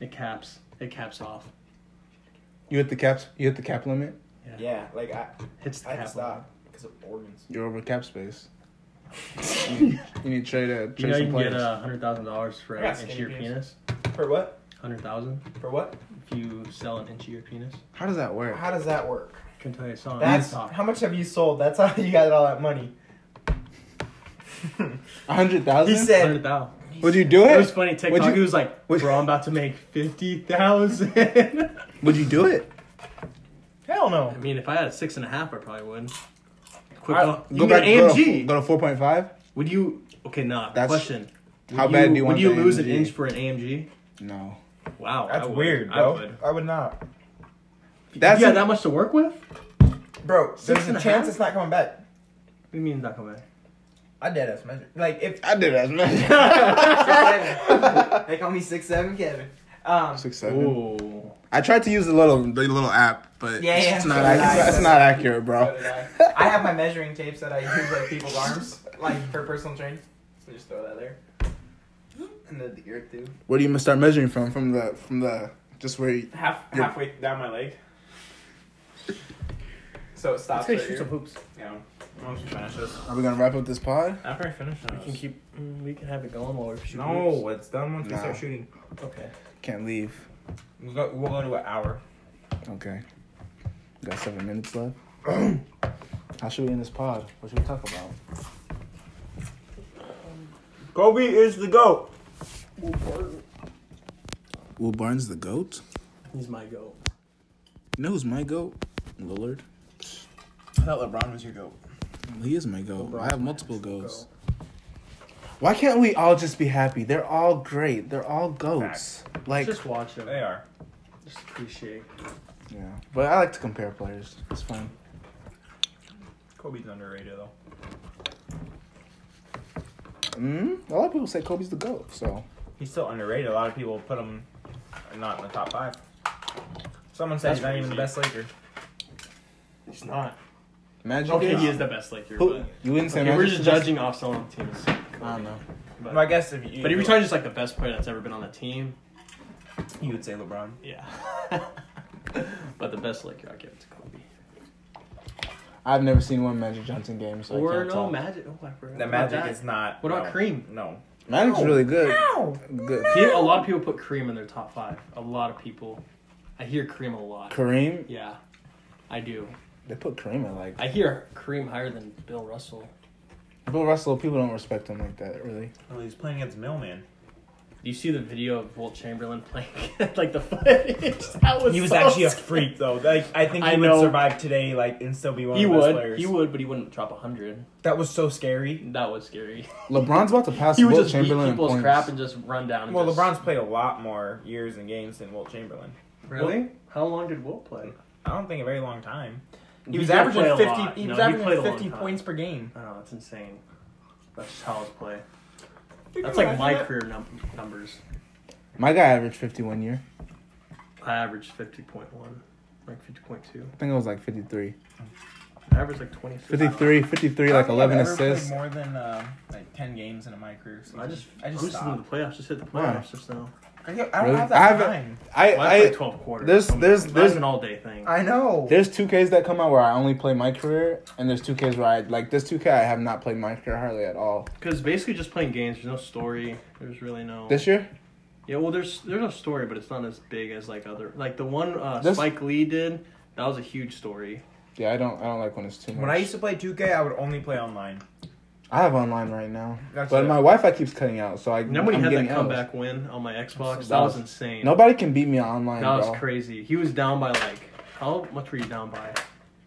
Speaker 3: it caps. It caps off.
Speaker 4: you hit the caps. You hit the cap limit.
Speaker 1: yeah, like I
Speaker 3: Hits the
Speaker 1: I had
Speaker 3: cap.
Speaker 2: uh,
Speaker 1: to stop because of organs.
Speaker 4: You're over cap space.
Speaker 3: off.
Speaker 4: You need to trade a
Speaker 3: You
Speaker 4: trade
Speaker 3: know
Speaker 4: some
Speaker 3: you can
Speaker 4: players.
Speaker 3: get uh, hundred thousand dollars for
Speaker 1: Yeah,
Speaker 3: an inch of your
Speaker 1: skinny
Speaker 3: penis.
Speaker 1: penis. For what?
Speaker 3: Hundred thousand
Speaker 1: For what?
Speaker 3: if you sell an inch of your penis.
Speaker 4: How does that work?
Speaker 1: How does that work?
Speaker 3: Can tell you a song.
Speaker 1: That's
Speaker 3: Talk.
Speaker 1: how much have you sold? That's how you got all that money.
Speaker 4: A hundred thousand.
Speaker 1: He said-
Speaker 3: hundred thousand.
Speaker 4: Would you do
Speaker 3: It was
Speaker 4: it?
Speaker 3: funny.
Speaker 4: Would
Speaker 3: TikTok.
Speaker 4: you-
Speaker 3: He was like,
Speaker 4: would-
Speaker 3: "Bro, I'm about to make fifty thousand.
Speaker 4: Would you do it?
Speaker 1: Hell
Speaker 3: I
Speaker 1: no.
Speaker 3: mean, if I had a six and a half, I probably would. Quick,
Speaker 1: I-
Speaker 3: you
Speaker 4: Go
Speaker 3: can get
Speaker 4: back. Go to,
Speaker 3: AMG.
Speaker 4: go to four point five.
Speaker 3: Would you? Okay, nah.
Speaker 4: That's-
Speaker 3: question. Would
Speaker 4: How bad do you
Speaker 3: would
Speaker 4: want
Speaker 3: you
Speaker 4: the
Speaker 3: lose an
Speaker 4: AMG?
Speaker 3: inch for an AMG?
Speaker 4: No.
Speaker 3: Wow,
Speaker 1: That's
Speaker 3: I would.
Speaker 1: weird,
Speaker 3: I
Speaker 1: bro. I
Speaker 3: would.
Speaker 1: would, not.
Speaker 4: That's
Speaker 3: yeah,
Speaker 4: a-
Speaker 3: that much to work with. What
Speaker 1: Bro,
Speaker 3: Six
Speaker 1: there's
Speaker 3: and
Speaker 1: a
Speaker 3: a
Speaker 1: chance
Speaker 3: half?
Speaker 1: it's not coming back.
Speaker 3: do you mean not coming back?
Speaker 1: I dead ass measure. Like if
Speaker 4: I did as much.
Speaker 2: They call me six seven Kevin.
Speaker 1: um
Speaker 4: Six seven.
Speaker 3: Ooh.
Speaker 4: I tried to use the little the little app, but
Speaker 2: Yeah, yeah,
Speaker 4: it's
Speaker 2: so
Speaker 4: not
Speaker 2: did
Speaker 4: ac-
Speaker 2: I.
Speaker 4: it's not accurate, bro.
Speaker 2: I have my measuring tapes that I use like people's arms, like for personal training. So just throw that there. And then the ear too.
Speaker 4: Where do you start measuring from? From the from the just where you,
Speaker 1: half
Speaker 4: You're-
Speaker 1: halfway down my leg. So it stops right here.
Speaker 3: hoops.
Speaker 1: Yeah. I'm just trying to show-
Speaker 4: are we gonna wrap up this pod?
Speaker 1: After I finish uh,
Speaker 3: We can keep. mm, We can have it going while we're shooting.
Speaker 1: No, it's done once we
Speaker 4: Nah.
Speaker 1: start shooting.
Speaker 3: hoops. Okay.
Speaker 4: Can't leave.
Speaker 1: We'll go, we'll go to an hour.
Speaker 4: Okay. Got seven minutes left. How should we end this pod? What should we talk about?
Speaker 1: Kobe is the GOAT.
Speaker 4: Will Barnes the goat?
Speaker 3: He's my goat.
Speaker 4: You know who's my goat? Lillard.
Speaker 7: I thought LeBron was your goat.
Speaker 4: He is my goat.
Speaker 3: LeBron
Speaker 4: I have multiple goats. Why can't we all just be happy? They're all great. They're all goats. Like
Speaker 3: Just watch him.
Speaker 1: They are.
Speaker 3: Just appreciate.
Speaker 4: yeah. But I like to compare players. It's fun.
Speaker 1: Kobe's underrated though.
Speaker 4: Mm? A lot of people say Kobe's the goat. So
Speaker 1: He's still underrated. A lot of people put him not in the top five. Someone said
Speaker 3: That's
Speaker 1: he's not even the best Laker.
Speaker 3: He's not.
Speaker 4: Magic.
Speaker 3: Okay,
Speaker 4: is-
Speaker 3: he is the best Laker.
Speaker 4: Who-
Speaker 3: But,
Speaker 4: you wouldn't say
Speaker 3: okay, we're
Speaker 4: Magic's
Speaker 3: just
Speaker 4: the best?
Speaker 3: judging off someone teams.
Speaker 4: I don't know.
Speaker 1: Well, I guess if you,
Speaker 3: But if you're talking just like the best player that's ever been on the team,
Speaker 1: you would say LeBron.
Speaker 3: yeah. but the best Laker, I'll give it to Kobe.
Speaker 4: I've never seen one Magic Johnson game, so I
Speaker 3: or
Speaker 4: can't
Speaker 3: no
Speaker 4: tell.
Speaker 3: Magic. Oh, I forgot
Speaker 1: The
Speaker 3: about
Speaker 1: Magic
Speaker 3: that.
Speaker 1: is not.
Speaker 3: What about
Speaker 1: no.
Speaker 3: Cream?
Speaker 1: No.
Speaker 4: Magic's really good. Good.
Speaker 3: He- a lot of people put Kareem in their top five. A lot of people. I hear Kareem a lot.
Speaker 4: Kareem,
Speaker 3: Yeah, I do.
Speaker 4: they put Kareem at like
Speaker 3: I hear Kareem higher than Bill Russell.
Speaker 4: Bill Russell. People don't respect him like that, really.
Speaker 1: Well, he's playing against Millman.
Speaker 3: Do you see the video of Walt Chamberlain playing like the footage? That was
Speaker 1: He was
Speaker 3: so
Speaker 1: actually a
Speaker 3: scary.
Speaker 1: freak though. Like I think he
Speaker 3: I
Speaker 1: would
Speaker 3: know.
Speaker 1: survive today, like and still be one
Speaker 3: He
Speaker 1: of the best
Speaker 3: would,
Speaker 1: players.
Speaker 3: he would, but he wouldn't drop hundred.
Speaker 1: That was so scary.
Speaker 3: That was scary.
Speaker 4: LeBron's about to pass
Speaker 3: He would
Speaker 4: Will
Speaker 3: just beat
Speaker 4: Chamberlain in
Speaker 3: people's
Speaker 4: points.
Speaker 3: crap and just run down. And
Speaker 1: Well,
Speaker 3: just,
Speaker 1: LeBron's played a lot more years and games than Wilt Chamberlain.
Speaker 3: really? How long did Wilt play?
Speaker 1: I don't think a very long time. He
Speaker 3: He
Speaker 1: was
Speaker 3: did play
Speaker 1: averaging
Speaker 3: a
Speaker 1: fifty.
Speaker 3: lot.
Speaker 1: He
Speaker 3: No,
Speaker 1: was
Speaker 3: he played a
Speaker 1: averaging
Speaker 3: long
Speaker 1: fifty
Speaker 3: time.
Speaker 1: points per game.
Speaker 3: I don't know. It's insane. That's just how it's play. That's like my career num- numbers.
Speaker 4: My guy averaged 51 year.
Speaker 3: I averaged fifty point one. like fifty point two.
Speaker 4: I think it was like 53.
Speaker 3: Average like twenty.
Speaker 4: 53, 53,
Speaker 7: I
Speaker 4: like
Speaker 7: don't think I've
Speaker 4: 11
Speaker 7: ever played
Speaker 4: assists.
Speaker 7: More than
Speaker 2: um,
Speaker 7: uh, like ten games in my career. Season.
Speaker 3: I just
Speaker 7: I
Speaker 3: I'm
Speaker 7: just
Speaker 3: just in
Speaker 7: stopped.
Speaker 3: the playoffs. Just hit the playoffs
Speaker 4: Why?
Speaker 3: just now.
Speaker 7: I don't have
Speaker 4: I
Speaker 7: that
Speaker 4: haven't-
Speaker 7: time.
Speaker 4: I,
Speaker 3: Well, I, played
Speaker 4: I,
Speaker 3: twelve quarters.
Speaker 4: there's-
Speaker 3: so
Speaker 4: there's-
Speaker 3: that's
Speaker 4: there's-
Speaker 3: an all day thing.
Speaker 7: I know.
Speaker 4: there's 2Ks that come out where I only play my career, and there's 2Ks where I, like, this 2K I have not played my career hardly at all.
Speaker 3: Because basically just playing games. There's no story. There's really no.
Speaker 4: This year?
Speaker 3: Yeah, well, there's there's a story, but it's not as big as like other like the one uh,
Speaker 4: This-
Speaker 3: Spike Lee did. That was a huge story.
Speaker 4: Yeah, I don't, I don't like when it's too much.
Speaker 2: When I used to play 2K, I would only play online.
Speaker 4: I have online right now,
Speaker 2: That's
Speaker 4: but
Speaker 2: it.
Speaker 4: my Wi-Fi keeps cutting out, so I.
Speaker 3: Nobody
Speaker 4: I'm
Speaker 3: had
Speaker 4: getting
Speaker 3: that
Speaker 4: L's.
Speaker 3: comeback win on my Xbox.
Speaker 4: That
Speaker 3: That was
Speaker 4: was-
Speaker 3: insane.
Speaker 4: Nobody can beat me online,
Speaker 3: that was
Speaker 4: bro.
Speaker 3: crazy. He was down by like how much were you down by?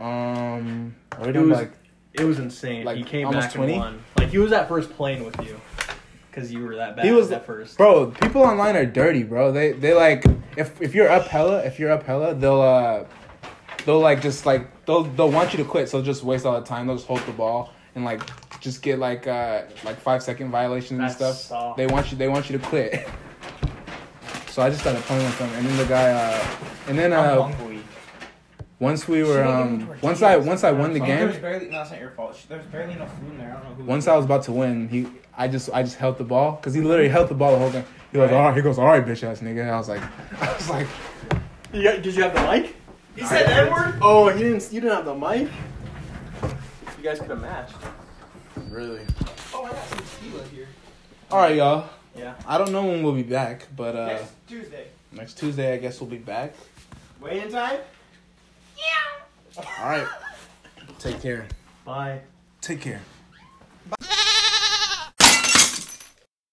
Speaker 4: Um, we're
Speaker 3: It
Speaker 4: doing
Speaker 3: was-
Speaker 4: like
Speaker 3: It was insane.
Speaker 4: Like,
Speaker 3: he came
Speaker 4: almost
Speaker 3: back
Speaker 4: 20?
Speaker 3: and won. Like he was at first playing with you, because you were that bad.
Speaker 4: He was-
Speaker 3: at first.
Speaker 4: Bro, people online are dirty, bro. They they like if if you're up hella, if you're up hella, they'll uh they'll like just like they'll they'll want you to quit, so just waste all the time. They'll just hold the ball and like just get like uh like five second violations
Speaker 3: That's
Speaker 4: and stuff.
Speaker 3: soft.
Speaker 4: They want you they want you to quit. so I just started playing with them, and then the guy uh and then
Speaker 2: I'm
Speaker 4: uh
Speaker 2: hungry.
Speaker 4: once we were um once I once I won the game,
Speaker 2: There's barely, no, it's not your fault. There's barely enough food in there. I don't know who.
Speaker 4: once I was about to win, he I just I just held the ball because he literally held the ball the whole game. He goes,
Speaker 2: Right.
Speaker 4: all right, he goes, all right, bitch ass nigga. And I was like, I was like,
Speaker 3: You got- did you have the mic?
Speaker 2: He said Edward.
Speaker 3: Oh, you didn't. You didn't have the mic. You guys could have matched.
Speaker 4: really?
Speaker 2: Oh, I got some tequila here.
Speaker 4: All right, y'all.
Speaker 3: Yeah.
Speaker 4: I don't know when we'll be back, but uh,
Speaker 2: Next Tuesday.
Speaker 4: next Tuesday I guess we'll be back.
Speaker 2: Weigh in time.
Speaker 4: All right. Take care.
Speaker 3: Bye.
Speaker 4: Take care.